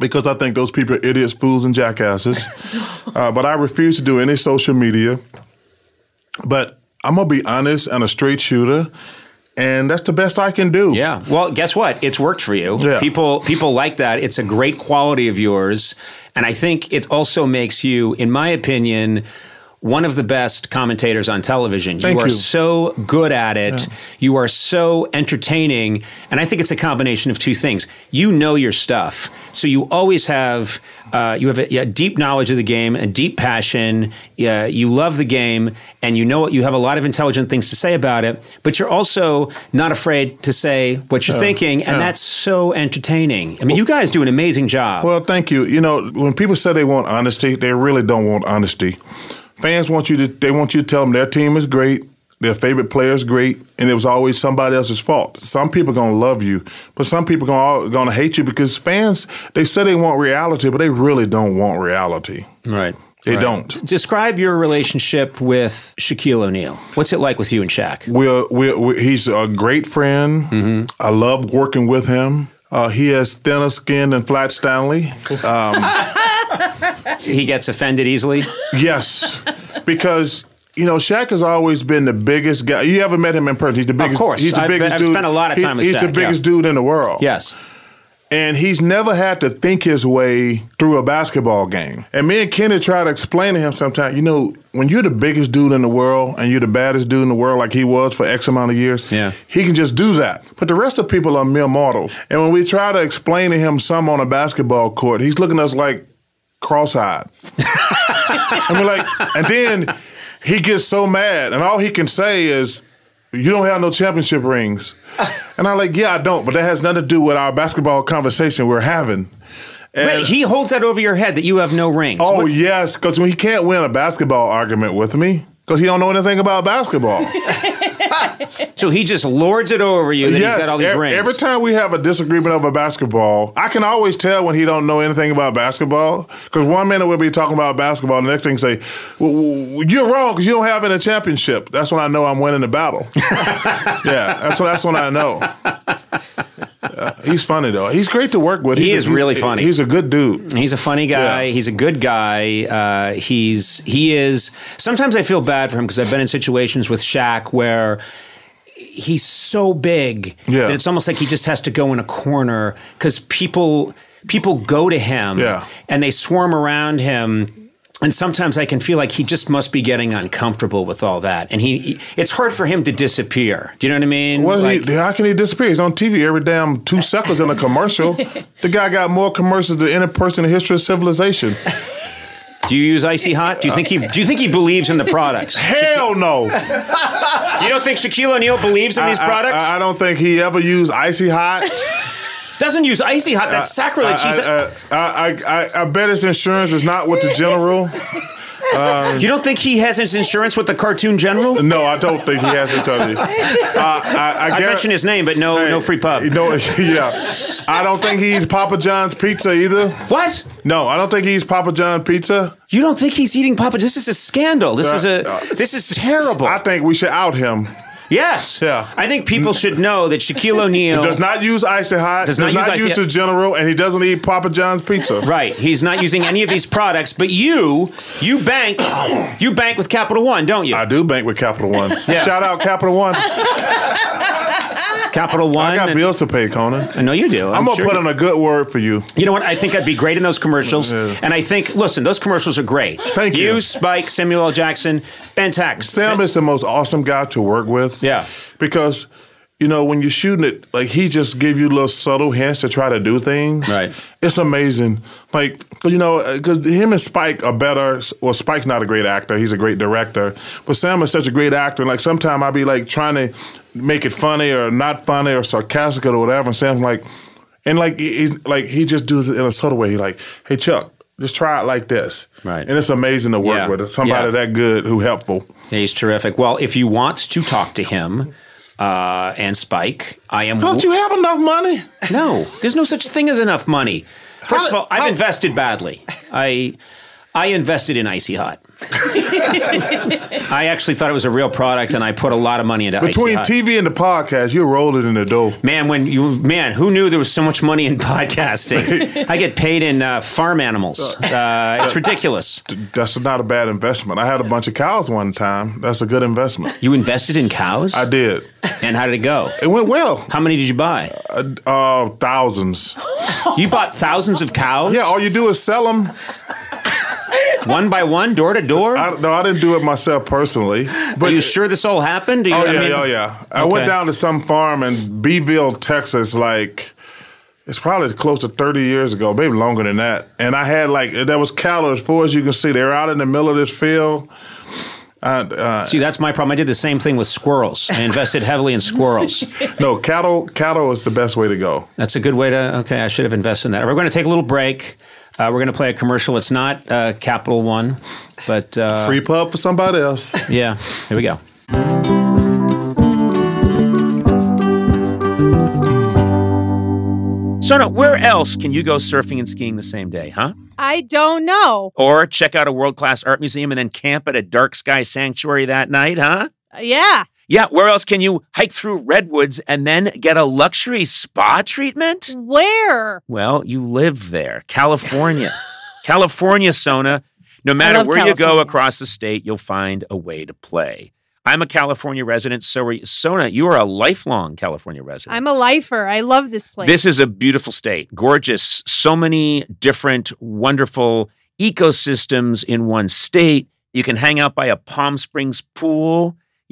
S1: because I think those people are idiots, fools, and jackasses. uh, but I refuse to do any social media. But I'm going to be honest and a straight shooter. And that's the best I can do.
S3: Yeah. Well, guess what? It's worked for you.
S1: Yeah.
S3: People people like that. It's a great quality of yours, and I think it also makes you, in my opinion, one of the best commentators on television.
S1: Thank
S3: you are
S1: you.
S3: so good at it. You are so entertaining, and I think it's a combination of two things. You know your stuff, so you always have uh, you have a, a deep knowledge of the game, a deep passion. Yeah, you love the game, and you know it. You have a lot of intelligent things to say about it, but you're also not afraid to say what you're thinking, and that's so entertaining. I mean, you guys do an amazing job.
S1: Well, thank you. You know, when people say they want honesty, they really don't want honesty. Fans want you to they want you to tell them their team is great, their favorite player is great, and it was always somebody else's fault. Some people gonna love you, but some people gonna all- gonna hate you because fans they say they want reality, but they really don't want reality.
S3: right.
S1: They don't.
S3: Describe your relationship with Shaquille O'Neal. What's it like with you and Shaq?
S1: We're, we're, we he's a great friend. I love working with him. Uh, he has thinner skin than Flat Stanley.
S3: He gets offended easily.
S1: Yes, because you know Shaq has always been the biggest guy. You ever met him in person? He's the biggest.
S3: course.
S1: he's the
S3: I've been-
S1: biggest
S3: I've
S1: dude.
S3: spent a lot of
S1: He-
S3: time with
S1: he's the
S3: Shaq, yeah.
S1: biggest dude in the world.
S3: Yes.
S1: and he's never had to think his way through a basketball game. And me and Kenny try to explain to him sometimes. You know, when you're the biggest dude in the world and you're the baddest dude in the world, like he was for X amount of years,
S3: Yeah.
S1: he can just do that. But the rest of people are mere mortals. And when we try to explain to him some on a basketball court, he's looking at us like cross-eyed. And we're like, and then he gets so mad, and all he can say is, "You don't have no championship rings." And I'm like, "Yeah, I don't," but that has nothing to do with our basketball conversation we're having. And,
S3: Wait, he holds that over your head that you have no rings.
S1: oh yes, because he can't win a basketball argument with me because he don't know anything about basketball.
S3: So he just lords it over you that he's got all these
S1: e-
S3: rings.
S1: Every time we have a disagreement over basketball, I can always tell when he don't know anything about basketball. Because one minute we'll be talking about basketball, the next thing say, well, well, "You're wrong because you don't have any championship." That's when I know I'm winning the battle. yeah, that's when that's when I know. Uh, he's funny though. He's great to work with.
S3: He
S1: He's a-
S3: is
S1: he's-
S3: really funny.
S1: He's a good dude.
S3: He's a funny guy.
S1: Yeah.
S3: He's a good guy. Uh, he's he is. Sometimes I feel bad for him because I've been in situations with Shaq where he's so big
S1: Yeah.
S3: that it's almost like he just has to go in a corner because people people go to him
S1: Yeah.
S3: and they swarm around him. and sometimes I can feel like he just must be getting uncomfortable with all that, and he, he- it's hard for him to disappear. Do you know what I mean?
S1: What
S3: Like-
S1: he, how can he disappear? He's on TV every damn two seconds in a commercial. the guy got more commercials than any person in the history of civilization.
S3: do you use icy hot? Do you think he? Do you think he believes in the products?
S1: Hell no.
S3: You don't think Shaquille O'Neal believes in these
S1: I- I-
S3: products?
S1: I, don't think he ever used Icy Hot.
S3: Doesn't use icy hot.
S1: Uh,
S3: That's sacrilege. He's a-
S1: I, I, I, I, I bet his insurance is not with the general. uh,
S3: you don't think he has his insurance with the cartoon general?
S1: No, I don't think he has to tell you. Uh, I,
S3: I
S1: guar-
S3: mentioned his name, but no,
S1: Hey,
S3: no free pub.
S1: No, yeah. I don't think he eats Papa John's pizza either.
S3: What?
S1: No, I don't think he eats Papa John pizza.
S3: You don't think he's eating Papa? This is a scandal. This is
S1: Uh,
S3: a. This is terrible.
S1: I think we should out him.
S3: Yes.
S1: Yeah.
S3: I think people should know that Shaquille O'Neal
S1: Does not use Icy Hot.
S3: Does
S1: Does,
S3: not
S1: not,
S3: use Icy
S1: use
S3: Hot.
S1: the General, and he doesn't eat Papa John's pizza.
S3: Right. He's not using any of these products, but you you bank you bank with Capital One, don't you?
S1: I do bank with Capital One.
S3: Yeah.
S1: Shout out Capital One.
S3: Capital One.
S1: I got
S3: and-
S1: bills to pay, Conan.
S3: I know you do.
S1: I'm, gonna
S3: sure
S1: put
S3: you-
S1: in a good word for you.
S3: You know what? I think I'd be great in those commercials.
S1: Yeah.
S3: And I think, listen, those commercials are great.
S1: Thank you.
S3: You, Spike, Samuel L. Jackson, Ben Tax.
S1: Sam is the most awesome guy to work with.
S3: Yeah.
S1: Because, you know, when you're shooting it, like he just give you little subtle hints to try to do things.
S3: Right.
S1: It's amazing. Like, 'cause, you know, because him and Spike are better. Well, Spike's not a great actor. He's a great director. But Sam is such a great actor. And like sometimes I'll be like trying to make it funny or not funny or sarcastic or whatever. And Sam's like, and like he, he- like he just does it in a subtle way. He like, hey Chuck, just try it like this.
S3: Right.
S1: And it's amazing to work
S3: Yeah.
S1: with somebody
S3: Yeah.
S1: that good who helpful.
S3: Yeah, he's terrific. Well, if you want to talk to him uh, and Spike, I am.
S1: Don't you have enough money?
S3: No, there's no such thing as enough money. First of
S1: How-
S3: all, I've
S1: how-
S3: invested badly. I I invested in Icy Hot. I actually thought it was a real product, and I put a lot of money into Icy
S1: Between
S3: Hot.
S1: TV and the podcast, you're rolling in the dough.
S3: man, when you man, who knew there was so much money in podcasting? I get paid in uh, farm animals. Uh, it's ridiculous.
S1: That's not a bad investment. I had a bunch of cows one time. That's a good investment.
S3: You invested in cows,
S1: I did.
S3: and how did it go?
S1: It went well.
S3: How many did you buy?
S1: Uh, thousands.
S3: You bought thousands of cows,
S1: Yeah, all you do is sell them.
S3: one by one, door to door.
S1: I, no, I didn't do it myself personally.
S3: Are
S1: But
S3: you sure this all happened? Do you-
S1: Oh
S3: I
S1: yeah,
S3: mean-
S1: oh yeah. I went
S3: Okay.
S1: down to some farm in Beeville, Texas, like it's probably close to 30 years ago, maybe longer than that. And I had like there was cattle as far as you can see. They were out in the middle of this field. oh,
S3: See, that's my problem. I did the same thing with squirrels. I invested heavily in squirrels.
S1: No, cattle cattle is the best way to go.
S3: That's a good way to. Okay, I should have invested in that. We're going to take a little break. Uh, we're going to play a commercial. It's not uh, Capital One, but uh,
S1: Free pub for somebody else.
S3: yeah, here we go. Sona, where else can you go surfing and skiing the same day, huh?
S6: I don't know.
S3: Or check out a world class art museum and then camp at a dark sky sanctuary that night, huh?
S6: Yeah.
S3: Yeah, where else can you hike through redwoods and then get a luxury spa treatment?
S6: Where?
S3: Well, you live there, California. California, Sona. No
S6: I
S3: matter
S6: love
S3: where you go
S6: California.
S3: across the state, you'll find a way to play. I'm a California resident. So are you. Sona, you are a lifelong California resident.
S6: I'm a lifer. I love this place.
S3: This is a beautiful state, gorgeous, so many different wonderful ecosystems in one state. You can hang out by a Palm Springs pool.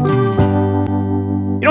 S3: You know,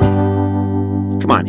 S3: Come on,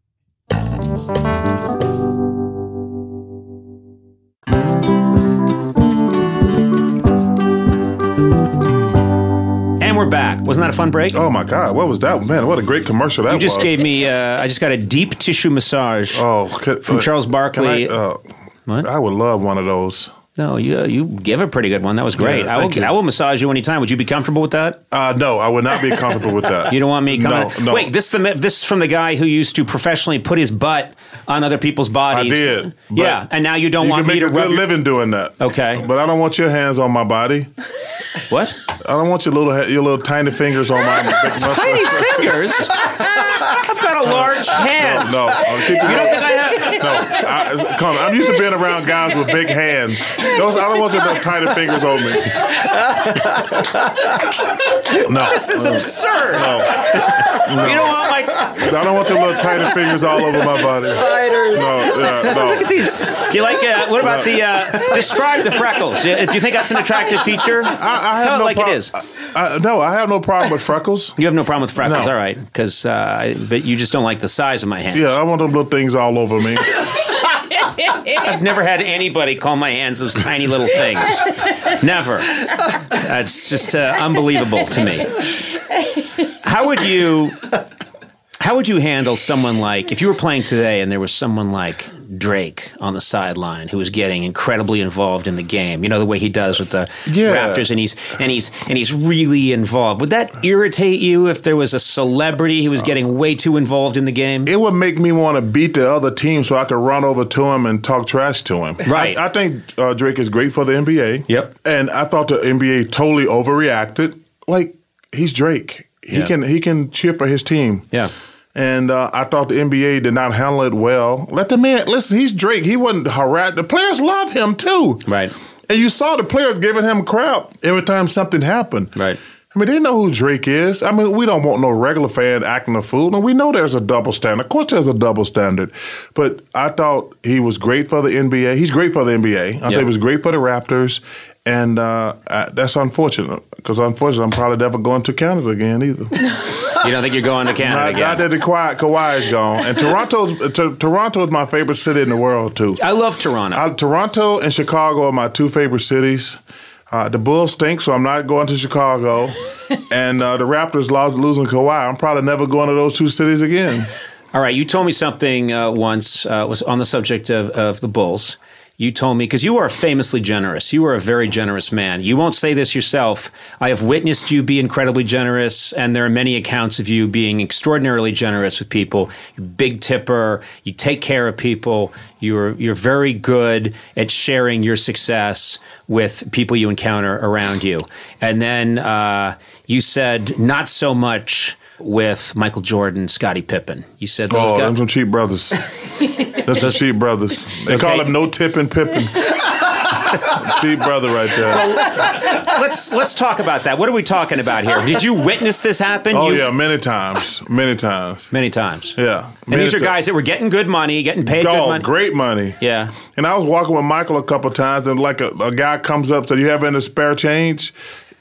S7: And we're back. Wasn't that a fun break?
S1: Oh my God, what was that? Man, what a great commercial that
S7: you just
S1: was.
S7: gave me. Uh, I just got a deep tissue massage.
S1: oh, could-
S7: from Charles
S1: can
S7: Barkley.
S1: I, uh,
S7: What?
S1: I would love one of those.
S7: No, you you give a pretty good one. That was great.
S1: Yeah,
S7: I
S1: thank
S7: will
S1: you.
S7: I will massage you anytime. Would you be comfortable with that?
S1: Uh, no, I would not be comfortable with that.
S7: You don't want me coming?
S1: No, no.
S7: Wait, this is the ma- this is from the guy who used to professionally put his butt on other people's bodies.
S1: I did, but
S7: Yeah, and now you don't
S1: you
S7: want
S1: can
S7: me
S1: make
S7: to
S1: a
S7: rub
S1: good
S7: your-
S1: living doing that.
S7: Okay.
S1: but I don't want your hands on my body.
S7: What?
S1: I don't want your little he- your little tiny fingers on my
S7: Tiny fingers. I've got a large hand.
S1: No, I'll keep it-
S7: You don't think I have?
S1: No, I, come on. I'm used to being around guys with big hands. Those, I don't want your little tiny fingers on me. No,
S7: This is absurd.
S1: no,
S7: You don't want my.
S1: I don't want your little tiny fingers all over my body.
S5: Spiders.
S1: No, yeah, no.
S7: Look at these. You like? Uh, what about the? Uh, describe the freckles. Do you do you think that's an attractive feature?
S1: I, I have
S7: Tell
S1: no
S7: it like
S1: prob-
S7: it is.
S1: I, I- no, I have no problem with freckles.
S7: You have no problem with freckles,
S1: No.
S7: all right? Because, uh, I- but you just don't like the size of my hands.
S1: Yeah, I want them little things all over me.
S7: I've never had anybody call my hands those tiny little things. never. That's just uh, unbelievable to me. How would you? How would you handle someone like if you were playing today and there was someone like Drake on the sideline who was getting incredibly involved in the game? You know the way he does with the
S1: Yeah.
S7: Raptors, and he's and he's and he's really involved. Would that irritate you if there was a celebrity who was getting way too involved in the game?
S1: It would make me want to beat the other team so I could run over to him and talk trash to him.
S7: Right.
S1: I, I think uh, Drake is great for the NBA.
S7: Yep.
S1: And I thought the NBA totally overreacted. Like he's Drake. He
S7: Yeah.
S1: can he can cheer for his team.
S7: Yeah.
S1: And uh, I thought the NBA did not handle it well. Let the man listen. He's Drake. He wasn't harassed. The players love him too.
S7: Right.
S1: And you saw the players giving him crap every time something happened.
S7: Right.
S1: I mean, they know who Drake is. I mean, we don't want no regular fan acting a fool, and we know there's a double standard. Of course, there's a double standard, but I thought he was great for the NBA. He's great for the NBA. I thought
S7: Yeah.
S1: he was great for the Raptors, And uh, I, that's unfortunate because unfortunately, I'm probably never going to Canada again either.
S3: You don't think you're going to Canada
S1: not,
S3: again?
S1: not that the quiet Kawhi is gone. And Toronto's t- Toronto is my favorite city in the world too.
S3: I love Toronto.
S1: Uh, Toronto and Chicago are my two favorite cities. Uh, the Bulls stink, so I'm not going to Chicago. and uh, the Raptors lost losing Kawhi. I'm probably never going to those two cities again.
S3: All right, you told me something uh, once uh, was on the subject of, of the Bulls. You told me because you are famously generous. You are a very generous man. You won't say this yourself. I have witnessed you be incredibly generous, and there are many accounts of you being extraordinarily generous with people. You're a big tipper. You take care of people. You're you're very good at sharing your success with people you encounter around you. And then uh, you said not so much with Michael Jordan, Scottie Pippen. You said those
S1: Oh,
S3: guys.
S1: them some cheap brothers. That's some cheap brothers. They call
S3: Okay.
S1: them no tipping pippin. cheap brother right there.
S3: let's let's talk about that. What are we talking about here? Did you witness this happen?
S1: Oh
S3: You-
S1: yeah, many times, many times.
S3: many times.
S1: Yeah,
S3: and
S1: many
S3: these are
S1: ti-
S3: guys that were getting good money, getting paid good
S1: Oh,
S3: money.
S1: great money.
S3: Yeah.
S1: And I was walking with Michael a couple times, and like a, a guy comes up, said, "You have any spare change?"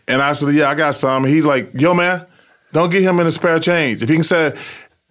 S1: And I said, "Yeah, I got some." He's like, "Yo, man, don't get him any spare change. If he can say."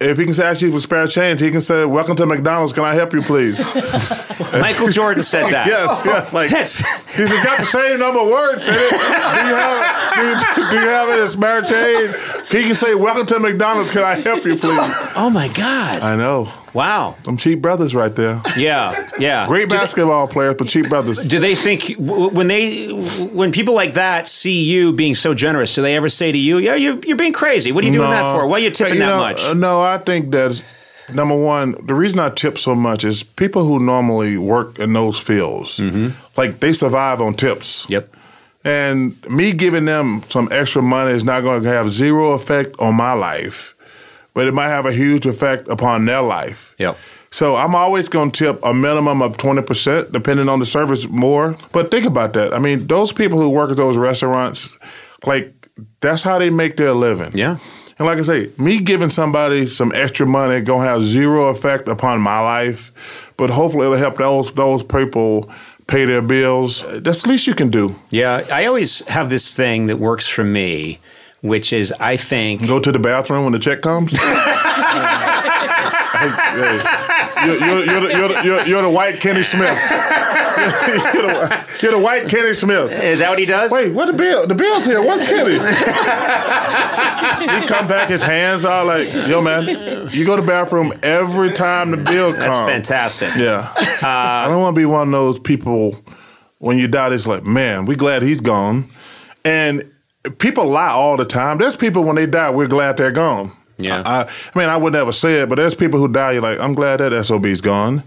S1: If he can say ask you for spare change, he can say, "Welcome to McDonald's. Can I help you, please?"
S3: Michael Jordan said that.
S1: yes, Oh, yes. Like
S3: That's-
S1: he said, got the same number of words. in it. Do you have do you, do you have any spare change? He can say, "Welcome to McDonald's. Can I help you, please?"
S3: Oh my God.
S1: I know.
S3: Wow.
S1: Some cheap brothers right there.
S3: Yeah. Yeah.
S1: Great basketball players, but cheap brothers.
S3: Do they think w- when they when people like that see you being so generous, do they ever say to you, "Yeah, you're, you're being crazy. What are you doing that for? Why are you tipping
S1: You
S3: that
S1: know,
S3: much?"
S1: uh, No, I think that number one, the reason I tip so much is people who normally work in those fields, like they survive on tips.
S3: Mm-hmm. yep.
S1: And me giving them some extra money is not going to have zero effect on my life, but it might have a huge effect upon their life.
S3: Yep.
S1: So I'm always going to tip a minimum of 20%, depending on the service more. But think about that. I mean, those people who work at those restaurants, like, that's how they make their living.
S3: Yeah.
S1: And like I say, me giving somebody some extra money gonna have zero effect upon my life, but hopefully it'll help those those people pay their bills. That's the least you can do.
S3: Yeah. I always have this thing that works for me, which is I think
S1: Go to the bathroom when the check comes. Hey, You're, you're- you're the, you're the- you're- you're the white Kenny Smith. you're, the, you're the white Kenny Smith.
S3: is that what he does?
S1: Wait, what the bill? The bill's here. What's Kenny? he come back, his hands are like, yo, man, you go to the bathroom every time the bill comes.
S3: That's fantastic.
S1: Yeah.
S3: Uh,
S1: I don't want to be one of those people when you die, it's like, man, we glad he's gone. And people lie all the time. There's people when they die, we're glad they're gone.
S3: Yeah.
S1: I, I- I mean, I would never say it, but there's people who die, you're like, I'm glad that SOB's gone.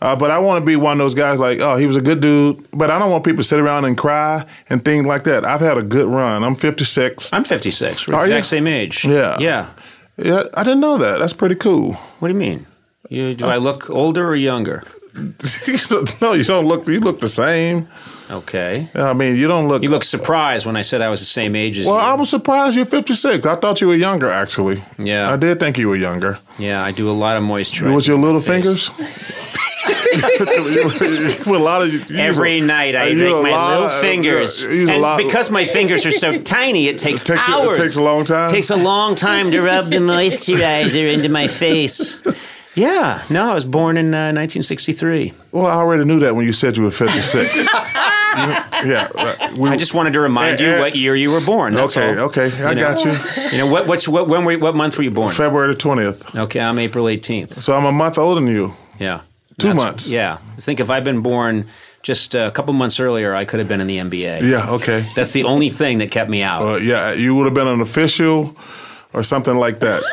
S1: Uh, but I want to be one of those guys like, oh, he was a good dude, but I don't want people to sit around and cry and things like that. I've had a good run. I'm 56.
S3: I'm 56. We're the
S1: Are
S3: exact
S1: you?
S3: same age.
S1: Yeah.
S3: Yeah.
S1: Yeah, I didn't know that. That's pretty cool.
S3: What do you mean? You, do I look older or younger?
S1: no, you don't look. You look the same.
S3: Okay.
S1: I mean, you don't look.
S3: You look surprised when I said I was the same age as
S1: Well,
S3: you.
S1: I was surprised you're 56. I thought you were younger, actually.
S3: Yeah.
S1: I did think you were younger.
S3: yeah, I do a lot of moisturizing.
S1: It was your
S3: on my
S1: little
S3: face.
S1: fingers? With a lot of, you use
S3: Every
S1: a-
S3: night I
S1: you
S3: make
S1: use a
S3: my
S1: lot
S3: little
S1: of-
S3: fingers.
S1: you use a
S3: and
S1: lot-
S3: because my fingers are so tiny, it takes,
S1: It takes- it
S3: hours.
S1: takes a long time?
S3: takes a long time to rub the moisturizer into my face. Yeah. No, I was born in uh, 1963.
S1: Well, I already knew that when you said you were 56. You- yeah. right. We-
S3: I just wanted to remind
S1: Eh,
S3: you
S1: eh.
S3: what year you were born. That's
S1: Okay,
S3: all.
S1: okay. I
S3: know.
S1: got you.
S3: You know what? What's what? When were? you- What month were you born?
S1: February the 20th.
S3: Okay, I'm April 18th.
S1: So I'm a month older than you.
S3: Yeah.
S1: Two months.
S3: Yeah. I think if I'd been born just a couple months earlier, I could have been in the NBA.
S1: Yeah, okay.
S3: That's the only thing that kept me out.
S1: Uh, yeah, you would have been an official or something like that.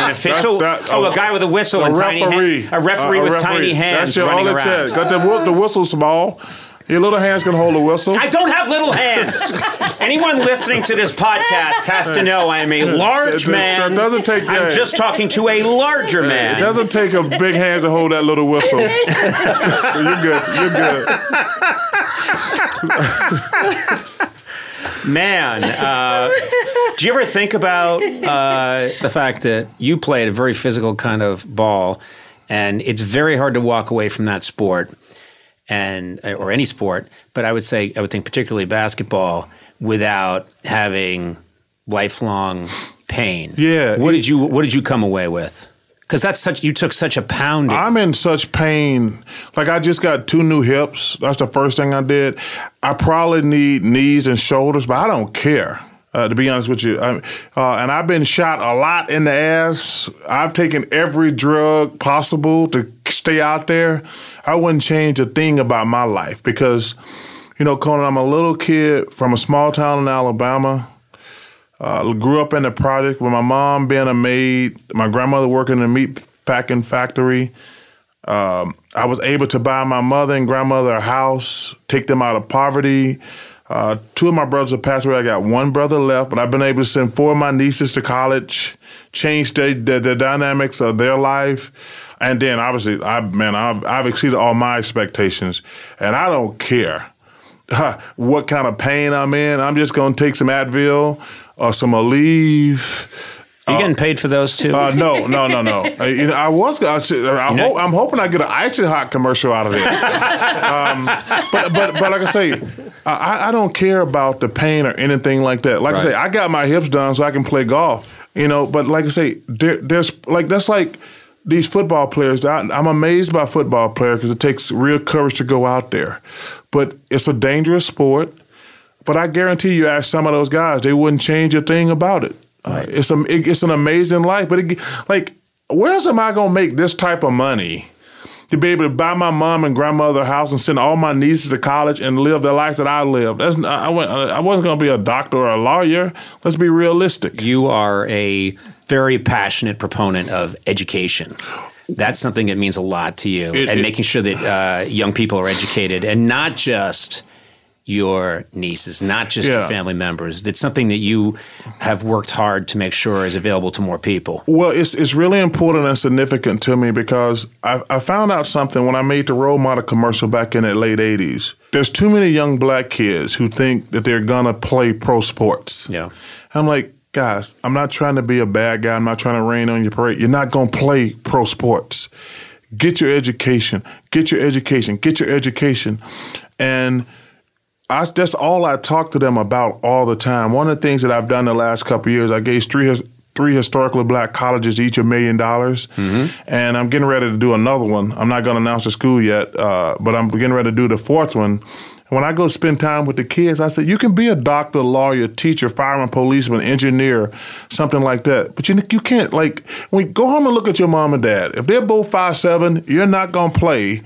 S3: An official?
S1: that- that-
S3: oh, a guy with a whistle
S1: a
S3: and tiny
S1: referee.
S3: hands. A referee
S1: Uh,
S3: with tiny hands
S1: That's your
S3: running
S1: only
S3: around.
S1: chance. Got the, whi- the whistle small. Your little hands can hold a whistle.
S3: I don't have little hands. Anyone listening to this podcast has to know I am a large
S1: It- it- it
S3: man.
S1: doesn't take
S3: I'm
S1: that.
S3: just talking to a larger man.
S1: It doesn't take a big hand to hold that little whistle. you're good. You're good.
S3: Man, uh, do you ever think about uh, the fact that you played a very physical kind of ball, and it's very hard to walk away from that sport? and uh, or any sport, but I would say I would think particularly basketball without having lifelong pain.
S1: Yeah,
S3: What
S1: it-
S3: did you What did you come away with? Because that's such you took such a pounding.
S1: I'm in such pain. Like I just got two new hips. That's the first thing I did. I probably need knees and shoulders, but I don't care. Uh, to be honest with you, I, uh, and I've been shot a lot in the ass. I've taken every drug possible to stay out there. I wouldn't change a thing about my life because, you know, Conan, I'm a little kid from a small town in Alabama. I grew up in the project with my mom being a maid, my grandmother working in a meat packing factory. Um, I was able to buy my mother and grandmother a house, take them out of poverty. Uh, two of my brothers have passed away. I got one brother left, but I've been able to send four of my nieces to college, change the, the, the dynamics of their life. And then obviously, I man, I've, I've exceeded all my expectations, and I don't care huh, what kind of pain I'm in. I'm just gonna take some Advil or some Aleve.
S3: you getting paid for those too?
S1: Uh, no, no, no, no. Uh, you know, I was. I, should- I hope, I'm hoping I get an Ice and Hot commercial out of this. um, but, but, but like I say, I, I don't care about the pain or anything like that. Like I say, I got my hips done so I can play golf. You know, but like I say, there, there's like that's like these football players. I, I'm amazed by football players because it takes real courage to go out there. But it's a dangerous sport. But I guarantee you, ask some of those guys, they wouldn't change a thing about it. Uh, it's a, it- it's an amazing life, but it, ge- like, where else am I gonna make this type of money to be able to buy my mom and grandmother a house and send all my nieces to college and live the life that I lived? That's n- I, went, I wasn't gonna be a doctor or a lawyer. Let's be realistic.
S3: you are a very passionate proponent of education. That's something that means a lot to you,
S1: It-
S3: and
S1: it-
S3: making sure that uh, young people are educated, and not just your nieces, not just your
S1: Yeah.
S3: family members. That's something that you have worked hard to make sure is available to more people.
S1: Well, it's it's really important and significant to me because I, I found out something when I made the role model commercial back in the late '80s. There's too many young black kids who think that they're gonna play pro sports.
S3: Yeah.
S1: I'm like, guys, I'm not trying to be a bad guy. I'm not trying to rain on your parade. You're not gonna play pro sports. Get your education. Get your education. Get your education. And I, that's all I talk to them about all the time. One of the things that I've done the last couple of years, I gave three his- three historically black colleges each a million dollars, and I'm getting ready to do another one. I'm not going to announce the school yet, uh, but I'm getting ready to do the fourth one. When I go spend time with the kids, I said, "You can be a doctor, lawyer, teacher, fireman, policeman, engineer, something like that, but you you can't like when go home and look at your mom and dad. If they're both five seven, you're not going to play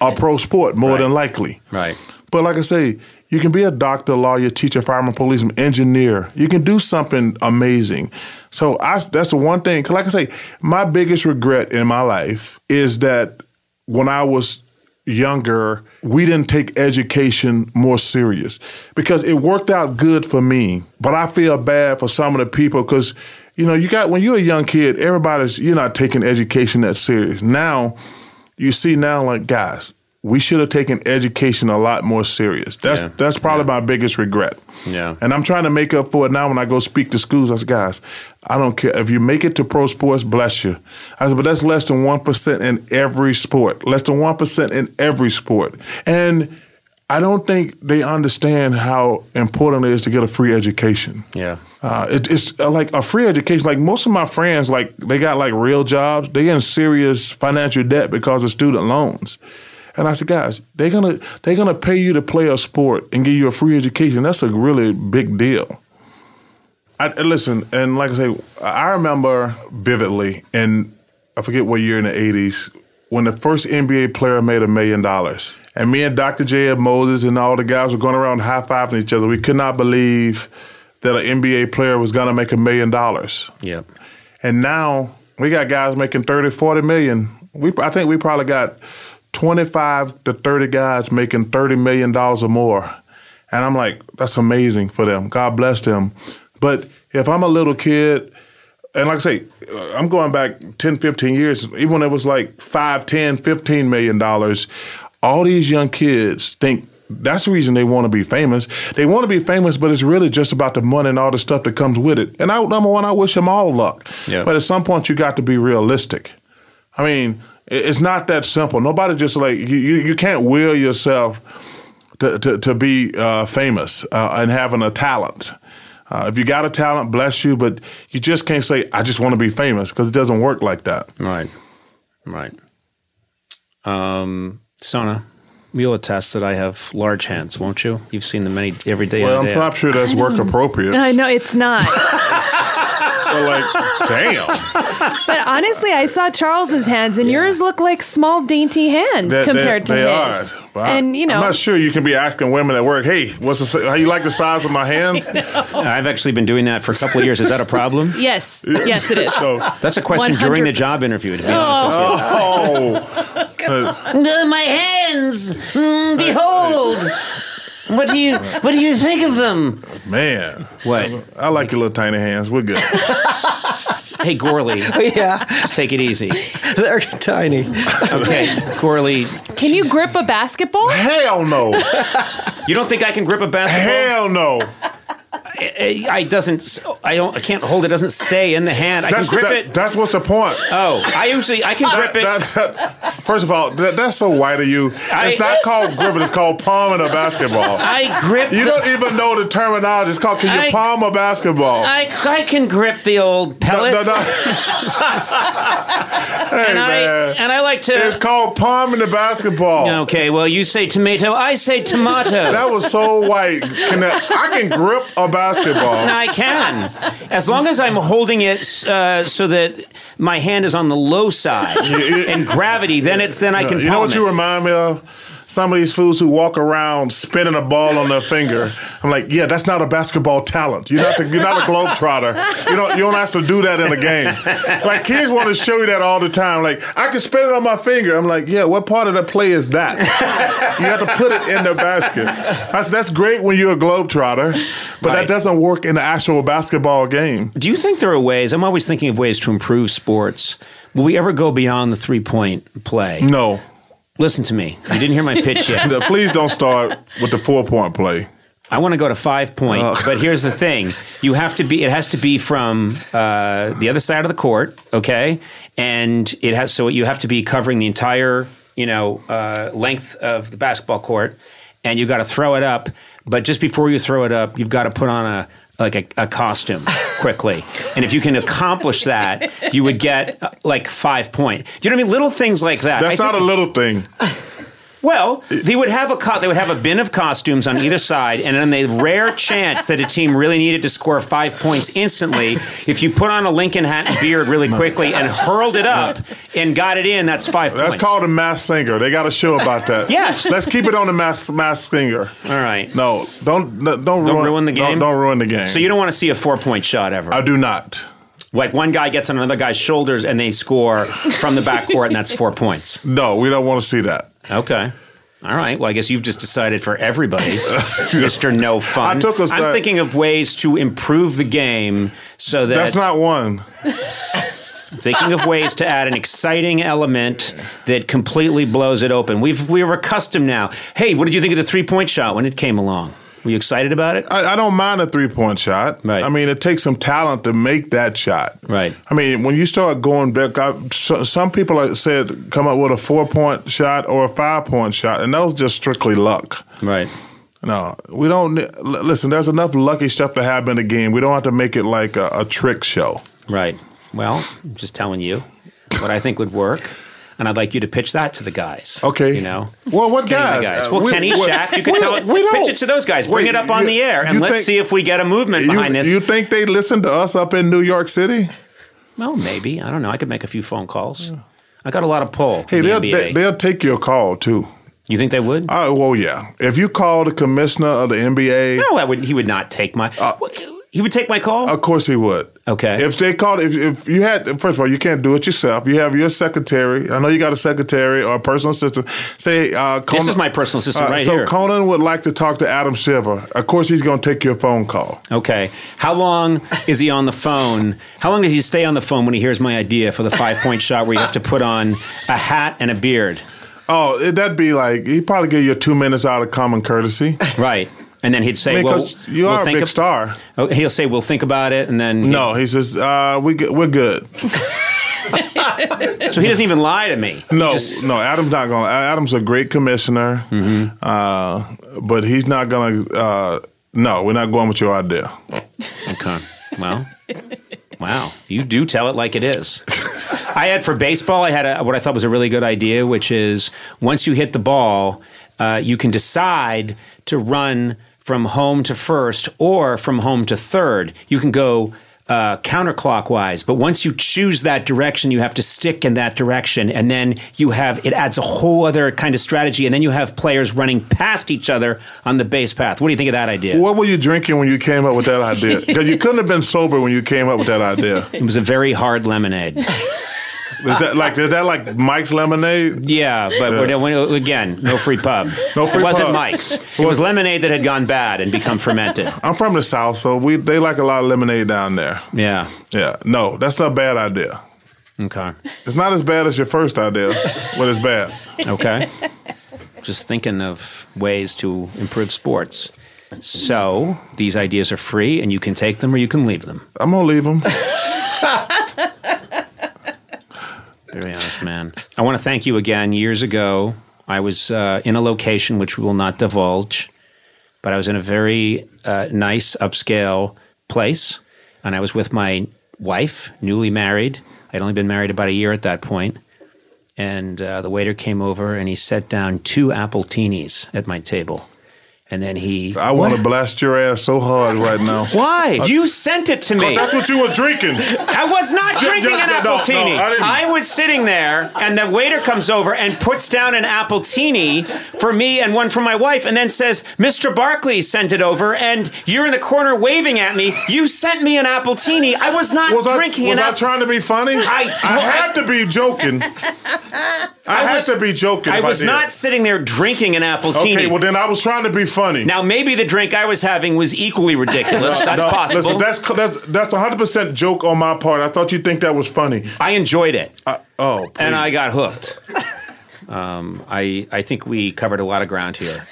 S1: a pro sport more than likely,
S3: Right.
S1: but like I say, you can be a doctor, lawyer, teacher, fireman, policeman, engineer. You can do something amazing. So I that's the one thing. 'Cause like I say, my biggest regret in my life is that when I was younger, we didn't take education more serious because it worked out good for me. But I feel bad for some of the people because you know you got when you're a young kid, everybody's you're not taking education that serious. Now you see now like guys we should have taken education a lot more serious that's
S3: Yeah.
S1: that's probably my biggest regret
S3: Yeah.
S1: and i'm trying to make up for it now when i go speak to schools i said guys i don't care if you make it to pro sports bless you i said but that's less than 1% in every sport less than 1% in every sport and i don't think they understand how important it is to get a free education
S3: Yeah.
S1: uh, it, it's uh, like a free education. Like most of my friends, like they got like real jobs. They in serious financial debt because of student loans. And I said, guys, they're gonna they're gonna pay you to play a sport and give you a free education. That's a really big deal. I, and listen, and like I say, I remember vividly, and I forget what year in the '80s when the first NBA player made a million dollars, and me and Dr. J. Ed Moses and all the guys were going around high fiving each other. We could not believe that an NBA player was going to make a million dollars.
S3: Yeah.
S1: And now we got guys making 30, 40 million. We I think we probably got 25 to 30 guys making 30 million dollars or more. And I'm like, that's amazing for them. God bless them. But if I'm a little kid, and like I say, uh, I'm going back 10, 15 years, even when it was like 5, 10, 15 million dollars, all these young kids think that's the reason they want to be famous. They want to be famous, but it's really just about the money and all the stuff that comes with it. And I, number one, I wish them all luck.
S3: Yeah.
S1: But at some point, you got to be realistic. I mean, It- It's not that simple. Nobody just like you. You, you can't will yourself to to, to be uh, famous uh, and having a talent. Uh, if you got a talent, bless you, but you just can't say, "I just want to be famous" because it doesn't work like that.
S3: Right. Right. Um, Sona, you'll attest that I have large hands, won't you? You've seen them many every day.
S1: Well,
S3: in the
S1: I'm
S3: day.
S1: not sure that's work appropriate.
S6: I know it's not.
S1: So like, damn,
S4: But honestly, I saw Charles's hands, and yours look like small, dainty hands
S1: They- they-
S4: compared
S1: they
S4: to his.
S1: are. But I-
S4: and you know,
S1: I'm not sure you can be asking women at work, "Hey, what's the, si- how you like the size of my hand?"
S3: I've actually been doing that for a couple of years. Is that a problem?
S4: yes, yes, it is.
S1: So,
S3: That's a question during the job interview. To be honest with you.
S1: oh,
S8: my hands! Mm, behold! what do you what do you think of them?
S1: man,
S3: What?
S1: I like your little tiny hands. We're good.
S3: Hey, Gorley,
S9: yeah,
S3: just take it easy.
S9: they're tiny.
S3: Okay, Gorley,
S4: Can you grip a basketball?
S1: Hell no.
S3: you don't think I can grip a basketball?
S1: Hell no.
S3: I, I doesn't. I don't. I can't hold it. Doesn't stay in the hand. I can grip
S1: that-
S3: it.
S1: That's what's the point.
S3: Oh, I usually I can grip it.
S1: That- that- first of all, that, that's so white of you.
S3: I-
S1: it's not called gripping. It's called palming a basketball.
S3: I grip.
S1: you don't even know the terminology. It's called can you
S3: I-
S1: palm a basketball?
S3: I, I can grip the old pellet.
S1: No, no, no. hey
S3: and I
S1: man,
S3: and I like to.
S1: it's called palming the basketball.
S3: okay, well you say tomato, I say tomato.
S1: That was so white. Can that, I can grip a basketball.
S3: I can, as long as I'm holding it uh, so that my hand is on the low side
S1: you-
S3: and gravity. Then it's then I can.
S1: you know what
S3: palm
S1: you
S3: it.
S1: remind me of? Some of these fools who walk around spinning a ball on their finger. I'm like, yeah, that's not a basketball talent. You're not, the, you're not a globetrotter. You don't, you don't have to do that in a game. Like, kids want to show you that all the time. Like, I can spin it on my finger. I'm like, yeah, what part of the play is that? You have to put it in the basket. I said, that's great when you're a globetrotter, but
S3: Right.
S1: that doesn't work in the actual basketball game.
S3: Do you think there are ways? I'm always thinking of ways to improve sports. Will we ever go beyond the three point play?
S1: No.
S3: Listen to me. You didn't hear my pitch yet.
S1: No, Please don't start with the four point play.
S3: I want to go to five point,
S1: Oh.
S3: but here's the thing: you have to be. It has to be from uh, the other side of the court, okay? And it has so you have to be covering the entire you know uh, length of the basketball court, and you got to throw it up. But just before you throw it up, you've got to put on a like a, a costume quickly, and if you can accomplish that, you would get uh, like five point. Do you know what I mean? Little things like that. I
S1: That's
S3: think-
S1: not a little thing.
S3: well, they would have a co- they would have a bin of costumes on either side, and on the rare chance that a team really needed to score five points instantly, if you put on a Lincoln hat and beard really quickly and hurled it up and got it in, that's five
S1: That's
S3: points.
S1: called a mass singer. They got a show about that.
S3: Yes.
S1: Let's keep it on the mass mass singer.
S3: All right.
S1: No, don't no, don't,
S3: Don't ruin the
S1: don't-
S3: game?
S1: Don't, ruin the game.
S3: So you don't want to see a four point shot ever.
S1: I do not.
S3: like one guy gets on another guy's shoulders and they score from the backcourt, and that's four points.
S1: No, we don't want to see that.
S3: Okay. All right. Well, I guess you've just decided for everybody, Mister No Fun.
S1: I took a
S3: I'm
S1: side-
S3: thinking of ways to improve the game so that
S1: That's not one.
S3: thinking of ways to add an exciting element that completely blows it open. We've we are accustomed now. Hey, what did you think of the three point shot when it came along? Were you excited about it?
S1: I, I don't mind a three point shot.
S3: Right.
S1: I mean, it takes some talent to make that shot.
S3: Right.
S1: I mean, when you start going back, I, so, some people like said come up with a four point shot or a five point shot, and that was just strictly luck.
S3: Right.
S1: No, we don't. l- Listen, there's enough lucky stuff to happen in the game. We don't have to make it like a, a trick show.
S3: Right. Well, I'm just telling you what I think would work. And I'd like you to pitch that to the guys.
S1: Okay.
S3: You know?
S1: Well, what
S3: Kenny and the
S1: guys?
S3: guys.
S1: Uh,
S3: Well,
S1: we-
S3: Kenny,
S1: we-
S3: Shaq, you can
S1: we-
S3: tell it.
S1: we don't-
S3: Pitch it to those guys. Bring
S1: Wait,
S3: it up on
S1: you-
S3: the air and
S1: you
S3: let's
S1: think-
S3: see if we get a movement
S1: You-
S3: behind this.
S1: You think they listen to us up in New York City?
S3: well, maybe. I don't know. I could make a few phone calls. I got a lot of pull.
S1: Hey,
S3: in the
S1: they'll,
S3: NBA.
S1: they, they'll take your call too.
S3: you think they would?
S1: Oh, well, yeah. If you call the commissioner of the NBA,
S3: No, I would. He would not take my.
S1: Uh,
S3: he would take my call.
S1: of course he would.
S3: Okay.
S1: If they called, if, if you had, first of all, you can't do it yourself. You have your secretary. I know you got a secretary or a personal assistant. Say, uh, Conan,
S3: this is my personal assistant
S1: uh,
S3: right
S1: so
S3: here.
S1: Conan would like to talk to Adam Silver. Of course, he's going to take your phone call.
S3: okay. How long is he on the phone? How long does he stay on the phone when he hears my idea for the five point shot where you have to put on a hat and a beard?
S1: Oh, it- that'd be like he'd probably give you two minutes out of common courtesy.
S3: Right. And then he'd say, "Well,
S1: Because you
S3: we'll
S1: are a
S3: think
S1: big
S3: ab-
S1: star.
S3: Oh, he'll say, "We'll think about it," and then
S1: No, he says uh, we g- we're good.
S3: so he doesn't even lie to me.
S1: No, no, Adam's not gonna. Adam's a great commissioner,
S3: Mm-hmm.
S1: uh, but he's not gonna. Uh, no, we're not going with your idea.
S3: Okay. Well, wow. You do tell it like it is. I had for baseball, I had a, what I thought was a really good idea, which is once you hit the ball, uh, you can decide to run from home to first or from home to third. You can go. Uh, counterclockwise, but once you choose that direction, you have to stick in that direction, and then you have it adds a whole other kind of strategy, and then you have players running past each other on the base path. What do you think of that idea?
S1: What were you drinking when you came up with that idea? Because you couldn't have been sober when you came up with that idea.
S3: It was a very hard lemonade.
S1: Is that like is that like Mike's lemonade?
S3: Yeah, but
S1: Yeah.
S3: We're, we're- again, no free pub.
S1: No free
S3: it wasn't
S1: pub.
S3: Mike's. It was lemonade that had gone bad and become fermented.
S1: I'm from the south, so we they like a lot of lemonade down there.
S3: Yeah.
S1: Yeah, no, that's not a bad idea.
S3: Okay.
S1: It's not as bad as your first idea, but it's bad.
S3: Okay. Just thinking of ways to improve sports. So these ideas are free, and you can take them or you can leave them.
S1: I'm gonna leave them.
S3: Very honest, man. I want to thank you again. Years ago, I was uh, in a location which we will not divulge, but I was in a very uh, nice, upscale place. And I was with my wife, newly married. I'd only been married about a year at that point. And uh, the waiter came over and he set down two apple teenies at my table. And then he.
S1: I want to blast your ass so hard right now.
S3: Why? you sent it to me.
S1: That's what you were drinking.
S3: I was not
S1: Yeah,
S3: drinking
S1: yeah,
S3: an
S1: yeah, no,
S3: apple teeny.
S1: no, I didn't.
S3: I, was sitting there, and the waiter comes over and puts down an apple teeny for me and one for my wife, and then says, "Mr. Barkley sent it over, and you're in the corner waving at me. You sent me an apple teeny. I was not
S1: Was
S3: drinking
S1: I, was
S3: an
S1: I
S3: apple."
S1: trying to be funny?
S3: I-
S1: had to be joking. I, had to be joking.
S3: I
S1: if
S3: was
S1: did.
S3: not sitting there drinking an apple teeny.
S1: Okay, well then I was trying to be funny.
S3: now maybe the drink I was having was equally ridiculous. That's
S1: No,
S3: possible.
S1: Listen, that's that's that's a hundred percent joke on my part. I thought you think that was funny.
S3: I enjoyed it.
S1: I, oh, please.
S3: and I got hooked. Um, I I think we covered a lot of ground here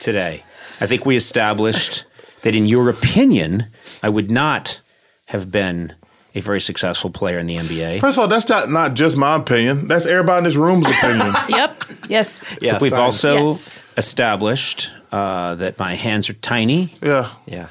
S3: today. I think we established that, in your opinion, I would not have been a very successful player in the NBA.
S1: First of all, that's not, not just my opinion. That's everybody in this room's opinion.
S4: Yep. Yes.
S3: I think we've
S5: sorry.
S3: also
S4: Yes.
S3: established uh, that my hands are tiny,
S1: yeah.
S5: Yeah.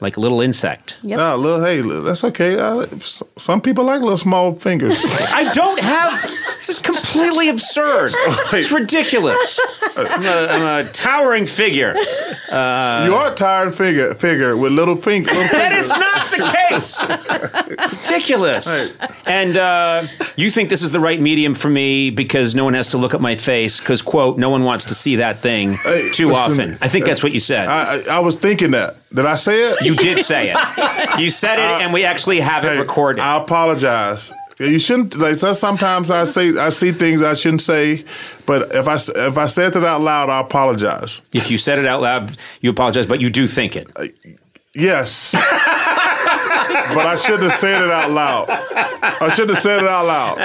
S3: like a little insect.
S4: Yep.
S1: Nah, little, hey, li- that's okay. Uh, s- some people like little small fingers.
S3: I don't have. This is completely absurd. It's ridiculous. I'm a, I'm a towering figure.
S1: you are a tired figure figure with little, fing- little fingers.
S3: Uh, That is not the case. Ridiculous. And uh, you think this is the right medium for me because no one has to look at my face because, quote, no one wants to see that thing
S1: Hey,
S3: too
S1: listen,
S3: often. I think that's what you said.
S1: I, I, I was thinking that. Did I say it?
S3: you did say it. You said it, and we actually have it
S1: Uh, Hey,
S3: recorded.
S1: I apologize. You shouldn't. Like so- sometimes I say I see things I shouldn't say, but if I s- if I said that out loud, I apologize.
S3: if you said it out loud, you apologize, but you do think it.
S1: Yes. but I should have said it out loud. I should have said it out loud.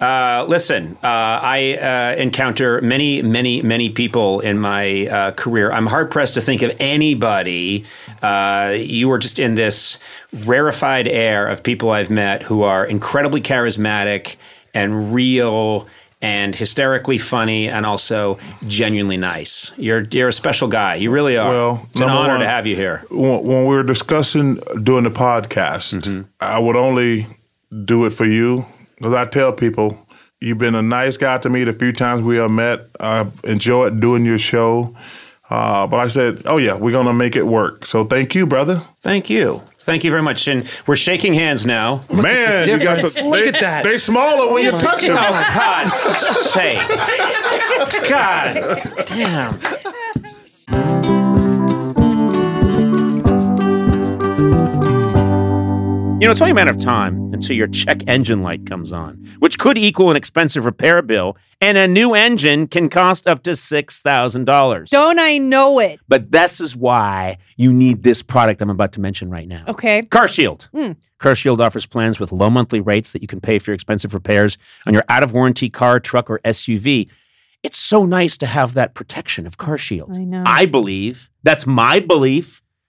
S3: Uh, listen, uh, I uh, encounter many, many, many people in my uh, career. I'm hard pressed to think of anybody. Uh, you are just in this rarefied air of people I've met who are incredibly charismatic and real and hysterically funny and also genuinely nice. You're you're a special guy. You really are.
S1: Well,
S3: it's an
S1: number
S3: honor
S1: one-
S3: to have you here.
S1: When, when we were discussing doing the podcast, I would only do it for you because I tell people you've been a nice guy to me the few times we have met. I've enjoyed doing your show. Uh, but I said, oh, yeah, we're going to make it work. So thank you, brother.
S3: Thank you. Thank you very much. And we're shaking hands now.
S1: Man, you got
S9: difference.
S1: to,
S9: Look
S1: they,
S9: at that.
S1: They smaller when you touch them.
S3: Oh God, sake! God damn. You know, it's only a matter of time until your check engine light comes on, which could equal an expensive repair bill, and a new engine can cost up to $6,000.
S6: Don't I know it?
S3: But this is why you need this product I'm about to mention right now.
S6: Okay.
S3: Car Shield. Car Shield offers plans with low monthly rates that you can pay for your expensive repairs on your out of warranty car, truck, or SUV. It's so nice to have that protection of Car Shield.
S6: I know.
S3: I believe that's my belief.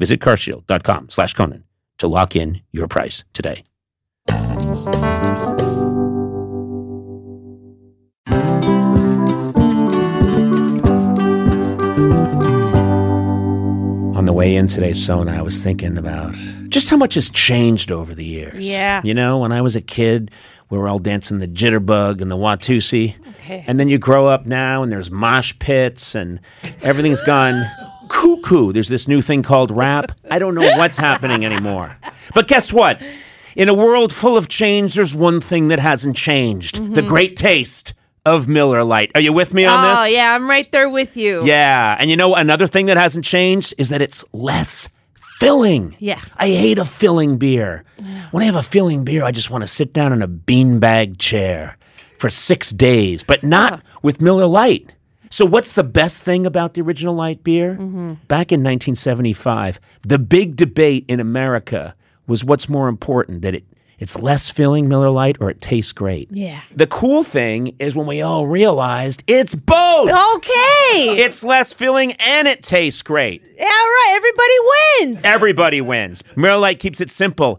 S10: Visit carshield.com slash Conan to lock in your price today.
S8: On the way in today, Sona, I was thinking about just how much has changed over the years.
S6: Yeah.
S8: You know, when I was a kid, we were all dancing the jitterbug and the Watusi.
S6: Okay.
S8: And then you grow up now and there's mosh pits and everything's gone cuckoo. There's this new thing called rap. I don't know what's happening anymore. But guess what? In a world full of change, there's one thing that hasn't changed the
S6: Mhm.
S8: great taste of Miller Lite. Are you with me on this?
S6: oh yeah, I'm right there with you.
S8: Yeah. And you know, another thing that hasn't changed is that it's less filling.
S6: yeah.
S8: I hate a filling beer. When I have a filling beer, I just want to sit down in a beanbag chair for six days, but
S6: Uh-huh.
S8: not with Miller Lite. So, what's the best thing about the original light beer?
S6: Mm-hmm.
S8: Back in 1975, the big debate in America was what's more important that it, it's less filling Miller Lite or it tastes great.
S6: Yeah.
S8: The cool thing is when we all realized it's both.
S6: Oh, Okay.
S8: It's less filling and it tastes great.
S6: Yeah, all right. Everybody wins.
S8: Everybody wins. Miller Lite keeps it simple,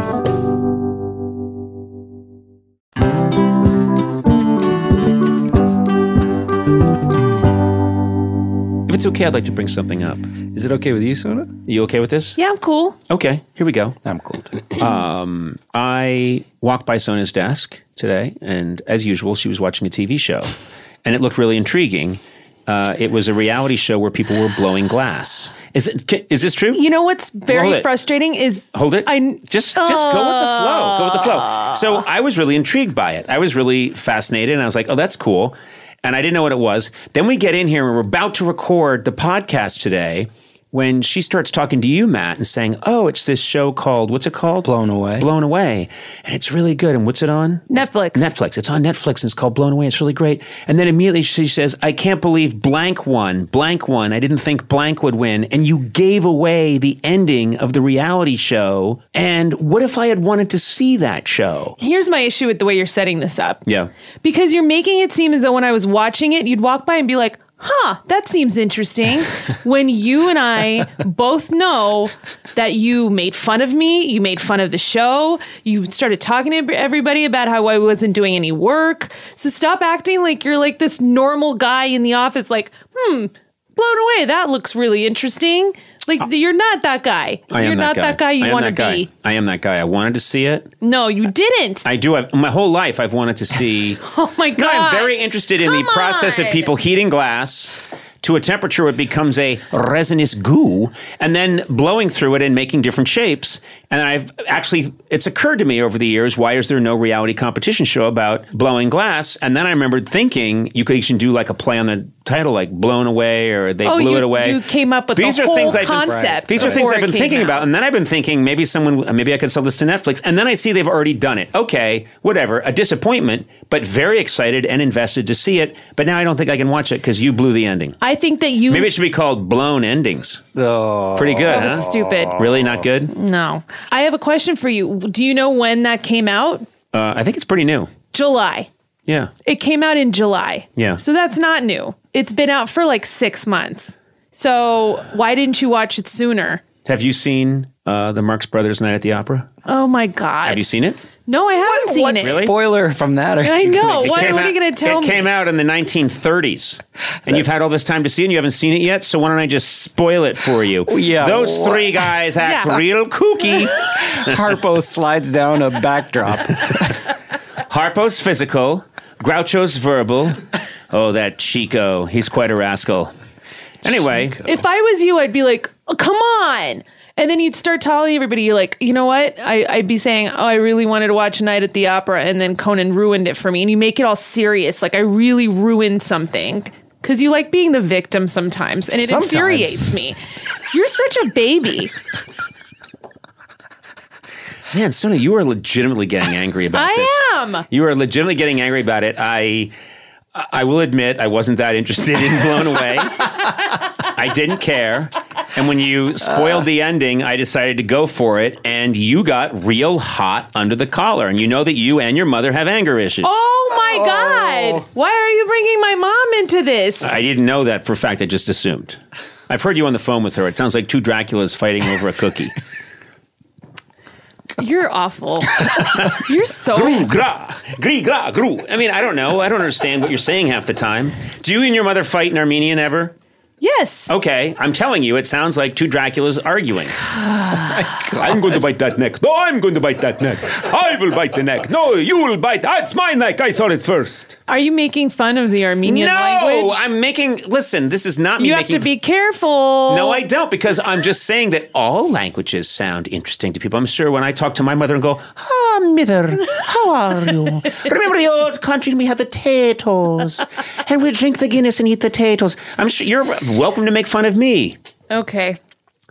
S3: If it's okay, I'd like to bring something up. Is it okay with you, Sona? You okay with this?
S4: Yeah, I'm cool.
S3: Okay, here we go. I'm cool. um, I walked by Sona's desk today, and as usual, she was watching a TV show, and it looked really intriguing. Uh, it was a reality show where people were blowing glass. Is it? ca- Is this true?
S4: You know what's
S3: Hold
S4: very
S3: it.
S4: frustrating is
S3: Hold it.
S4: I
S3: just just go with the flow. Go with the flow. So I was really intrigued by it. I was really fascinated, and I was like, "Oh, that's cool." And I didn't know what it was. Then we get in here, and we're about to record the podcast today. When she starts talking to you, Matt, and saying, "Oh, it's this show called what's it called? Blown Away. Blown Away, and it's really good. And what's it on?
S4: Netflix.
S3: Netflix. It's on Netflix and it's called Blown Away. It's really great. And then immediately she says, I can't believe blank won, blank won. I didn't think blank would win. And you gave away the ending of the reality show. And what if I had wanted to see that show?
S4: Here's my issue with the way you're setting this up.
S3: Yeah.
S4: Because you're making it seem as though when I was watching it, you'd walk by and be like, huh, that seems interesting. when you and I both know that you made fun of me, you made fun of the show, you started talking to everybody about how I wasn't doing any work. So stop acting like you're like this normal guy in the office, like, hmm, blown away. That looks really interesting. Like, you're not that guy.
S3: I am
S4: you're not that guy
S3: I
S4: you
S3: am
S4: want to
S3: that guy.
S4: be.
S3: I am that guy. I wanted to see it.
S4: No, you didn't.
S3: I do. I've, my whole life, I've wanted to see.
S4: Oh my God.
S3: I'm very interested in the process of people heating glass to a temperature it becomes a resinous goo and then blowing through it and making different shapes and i've actually it's occurred to me over the years why is there no reality competition show about blowing glass and then i remembered thinking you could actually do like a play on the title like blown away or they
S4: Oh,
S3: blew
S4: you-
S3: it away
S4: you came up with
S3: these
S4: the
S3: are
S4: whole
S3: things I've been,
S4: concept
S3: these are things
S4: before
S3: i've
S4: it
S3: been
S4: came
S3: thinking
S4: out.
S3: about and then i've been thinking maybe someone uh, maybe i could sell this to netflix and then i see they've already done it okay whatever a disappointment but very excited and invested to see it but now i don't think i can watch it because you blew the ending
S4: I think that you.
S3: maybe it should be called blown endings oh pretty good
S4: That was
S3: huh?
S4: stupid.
S3: really not good
S4: No. I have a question for you. Do you know when that came out?
S3: uh, i think it's pretty new
S4: July.
S3: Yeah.
S4: It came out in July.
S3: Yeah.
S4: So that's not new. It's been out for like six months. So why didn't you watch it sooner?
S3: Have you seen uh, the Marx Brothers Night at the Opera?
S4: Oh my God.
S3: Have you seen it?
S4: No, I haven't seen it.
S3: spoiler from that?
S4: are I you know. gonna- What-
S3: came
S4: what are you
S3: out-
S4: gonna tell
S3: It
S4: me?
S3: came out in the 1930s, and you've had all this time to see it, and you haven't seen it yet. So why don't I just spoil it for you?
S5: yeah,
S3: those
S5: what?
S3: three guys act
S5: Yeah.
S3: real kooky.
S5: Harpo slides down a backdrop.
S3: Harpo's physical, Groucho's verbal. Oh, that Chico, he's quite a rascal. Anyway,
S4: If I was you, I'd be like, oh, come on. And then you'd start telling everybody, you're like, you know what? I, I'd be saying, oh, I really wanted to watch Night at the Opera, and then Conan ruined it for me. And you make it all serious, like I really ruined something. Because you like being the victim sometimes, and it
S2: Sometimes.
S4: infuriates me. You're such a baby.
S3: man, Sonia, you are legitimately getting angry about this.
S4: I am.
S3: You are legitimately getting angry about it. I I will admit I wasn't that interested in blown away. I didn't care. And when you spoiled the ending, I decided to go for it and you got real hot under the collar and you know that you and your mother have anger issues.
S4: Oh my God. Why are you bringing my mom into this?
S3: I didn't know that for a fact. I just assumed. I've heard you on the phone with her. It sounds like two Draculas fighting over a cookie.
S4: You're awful. You're so.
S3: Gru, gra, gri, gra, gru. I mean, I don't know. I don't understand what you're saying half the time. Do you and your mother fight in Armenian ever?
S4: Yes.
S3: Okay, I'm telling you, it sounds like two Draculas arguing. I'm going to bite that neck. No, I'm going to bite that neck. I will bite the neck. No, you will bite. That's my neck. I saw it first.
S4: Are you making fun of the Armenian
S3: no,
S4: language?
S3: I'm making. Listen, this is not me
S4: you have
S3: making.
S4: to be careful.
S3: No, I don't, because I'm just saying that all languages sound interesting to people. I'm sure when I talk to my mother and go, Ah, mither, how are you? Remember the old country and we had the potatoes, and we drink the Guinness and eat the potatoes. I'm sure you're welcome to make fun of me.
S4: Okay.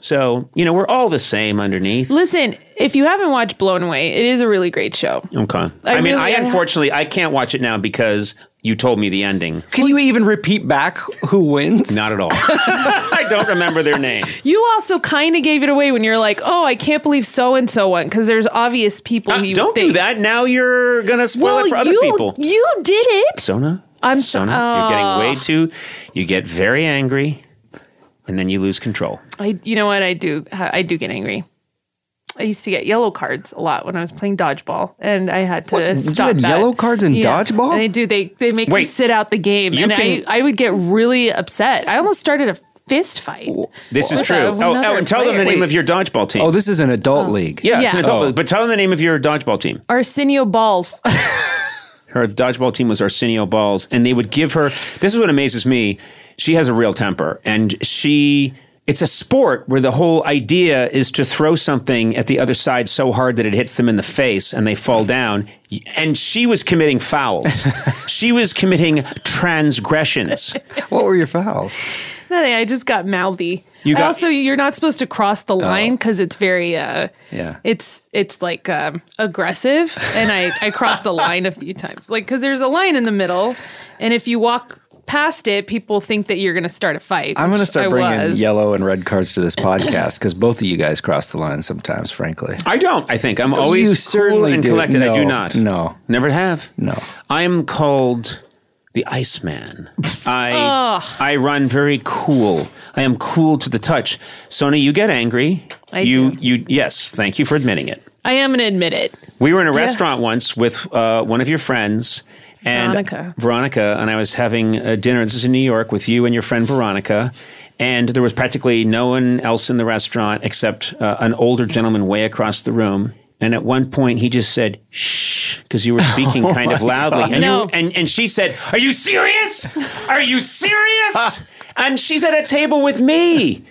S3: So you know we're all the same underneath.
S4: Listen, if you haven't watched Blown Away, it is a really great show.
S3: Okay. I, mean,
S4: really-
S3: I
S4: I have-
S3: unfortunately I can't watch it now because you told me the ending.
S5: Can you even repeat back who wins?
S3: Not at all. I don't remember their name.
S4: You also kind of gave it away when you're like, "Oh, I can't believe so and so won," because there's obvious people. who you
S3: Ah, Uh, Don't do that. Now you're gonna spoil
S4: Well,
S3: it for other
S4: you
S3: people.
S4: you did it.
S3: Sona,
S4: I'm so-
S3: Sona,
S4: Oh.
S3: you're getting way too. You get very angry, and then you lose control.
S4: I, you know what? I do. I do get angry. I used to get yellow cards a lot when I was playing dodgeball, and I had to
S9: you
S4: stop.
S9: had
S4: that.
S9: yellow cards in dodgeball?
S4: They do. They they make me
S3: Wait.
S4: sit out the game,
S3: You
S4: and
S3: can-
S4: I I would get really upset. I almost started a fist fight.
S3: This
S4: with
S3: is true.
S4: a-
S3: Oh, oh,
S4: another
S3: and tell them the
S4: player.
S3: name of your dodgeball team.
S5: Oh, this is an adult league.
S3: yeah, it's an
S4: Yeah.
S3: adult,
S4: Oh.
S3: but tell them the name of your dodgeball team.
S4: Arsenio Balls.
S3: her dodgeball team was Arsenio Balls, and they would give her. This is what amazes me. She has a real temper, and she. It's a sport where the whole idea is to throw something at the other side so hard that it hits them in the face and they fall down. And she was committing fouls. she was committing transgressions.
S9: What were your fouls?
S4: Nothing. I just got mouthy.
S3: You got- Oh.
S4: also, you're not supposed to cross the line because it's very, uh,
S3: Yeah.
S4: it's it's like um, aggressive, and I I crossed the line a few times, like because there's a line in the middle, and if you walk past it, people think that you're gonna start a fight.
S5: I'm going to
S4: which I
S5: start bringing
S4: was.
S5: yellow and red cards to this podcast because both of you guys cross the line sometimes, frankly.
S3: I don't. I think I'm
S5: You
S3: always cool
S5: certainly
S3: and
S5: do.
S3: collected. I do
S5: No,
S3: not.
S5: no.
S3: never have.
S5: No.
S3: I am called the Iceman. I I run very cool. I am cool to the touch. Sony, you get angry.
S4: I
S3: you you yes. Thank you for admitting it.
S4: I am gonna admit it.
S3: We were in a
S4: Yeah.
S3: restaurant once with uh, one of your friends and
S4: Veronica.
S3: Veronica, and I was having a dinner. This is in New York with you and your friend Veronica. And there was practically no one else in the restaurant except uh, an older gentleman way across the room. And at one point, he just said, shh, because you were speaking
S10: Oh
S3: kind of
S10: my
S3: loudly.
S10: God.
S3: And, you-
S10: No.
S3: and, and she said, Are you serious? Are you serious? and she's at a table with me.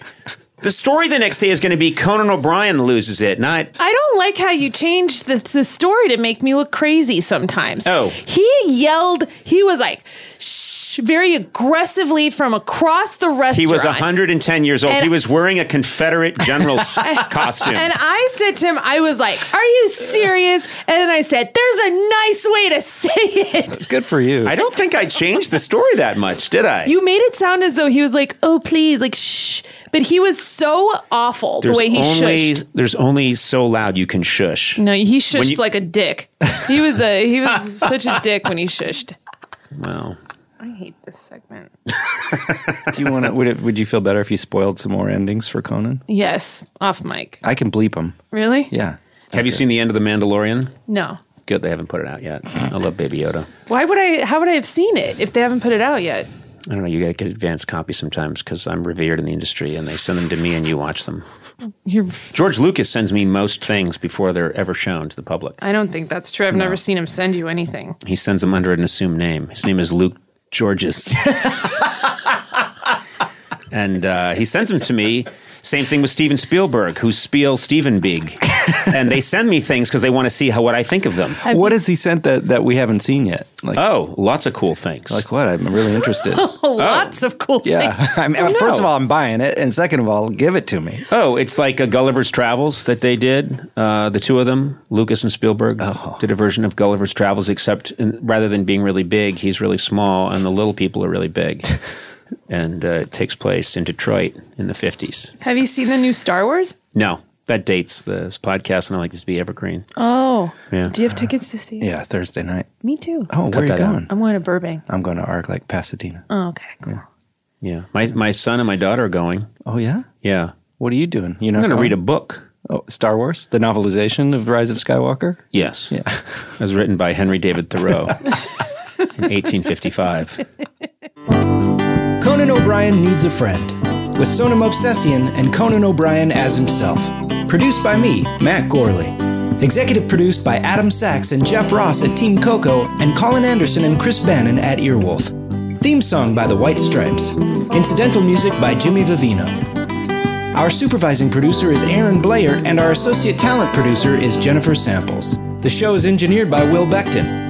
S3: The story the next day is going to be Conan O'Brien loses it, not
S4: I don't like how you changed the, the story to make me look crazy sometimes.
S3: Oh.
S4: He yelled, he was like, shh, very aggressively from across the restaurant.
S3: He was 110 years old.
S4: And-
S3: he was wearing a Confederate general's costume.
S4: And I said to him, I was like, Are you serious? And then I said, There's a nice way to say it.
S3: Good for you. I don't think I changed the story that much, did I?
S4: You made it sound as though he was like, Oh, please, like, shh. But he was so awful the way he
S3: only,
S4: shushed. Mm.
S3: There's only so loud you can shush.
S4: No, he shushed
S3: you-
S4: like a dick. He was a he was such a dick when he shushed.
S3: Wow.
S4: I hate this segment.
S11: Do you want to? Would it? Would you feel better if you spoiled some more endings for Conan?
S4: Yes, off mic.
S11: I can bleep them.
S4: Really?
S11: Yeah.
S3: Have you seen the end of The Mandalorian?
S4: No.
S3: Good, they haven't put it out yet. I love Baby Yoda.
S4: Why would I? How would I have seen it if they haven't put it out yet?
S3: I don't know. You got to get advanced copies sometimes because I'm revered in the industry and they send them to me and you watch them.
S4: You're,
S3: George Lucas sends me most things before they're ever shown to the public.
S4: I don't think that's true. I've never seen him send you anything.
S3: He sends them under an assumed name. His name is Luke Georges. and uh, he sends them to me. Same thing with Steven Spielberg, who's Spiel Steven Big. and they send me things because they want to see how what I think of them.
S11: what has he sent that that we haven't seen yet? Like
S3: oh, lots of cool things.
S11: Like what? I'm really interested.
S4: Lots of cool
S11: yeah.
S4: things.
S11: I mean, First of all, I'm buying it, and second of all, give it to me.
S3: Oh, it's like a Gulliver's Travels that they did. Uh, the two of them, Lucas and Spielberg,
S7: Oh.
S3: did a version of Gulliver's Travels, except in, rather than being really big, he's really small, and the little people are really big. and uh, it takes place in Detroit in the 50s.
S4: Have you seen the new Star Wars?
S3: No, that dates this podcast, and I like this to be evergreen.
S4: Oh,
S3: Yeah.
S4: do you have tickets to see? it?
S11: Yeah, Thursday night.
S4: Me too.
S11: Oh, where are you
S3: that out.
S11: going?
S4: I'm going to Burbank.
S11: I'm going to Arc Lake, Pasadena.
S4: Oh, okay.
S3: Yeah. My, my son and my daughter are going.
S11: Oh yeah.
S3: Yeah.
S11: What are you doing? You're not
S3: I'm going to
S11: going?
S3: read a book.
S11: Oh, Star Wars, the novelization of Rise of Skywalker.
S3: Yes. Yeah. it was written by Henry David Thoreau in 1855.
S5: Conan O'Brien Needs a Friend, with Sonam Ovsesian and Conan O'Brien as himself. Produced by me, Matt Gorley. Executive produced by Adam Sachs and Jeff Ross at Team Coco, and Colin Anderson and Chris Bannon at Earwolf. Theme song by The White Stripes. Incidental music by Jimmy Vivino. Our supervising producer is Aaron Blair, and our associate talent producer is Jennifer Samples. The show is engineered by Will Beckton.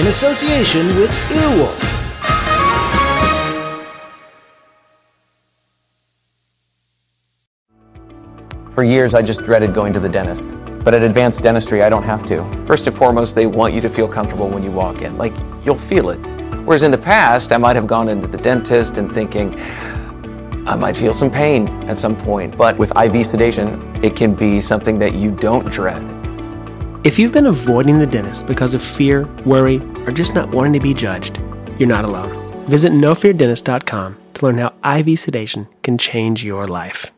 S5: in association with Earwolf.
S12: For years, I just dreaded going to the dentist. But at Advanced Dentistry, I don't have to. First and foremost, they want you to feel comfortable when you walk in. Like, you'll feel it. Whereas in the past, I might have gone into the dentist and thinking, I might feel some pain at some point. But with IV sedation, it can be something that you don't dread.
S7: If you've been avoiding the dentist because of fear, worry, or just not wanting to be judged, you're not alone. Visit nofeardentist.com to learn how IV sedation can change your life.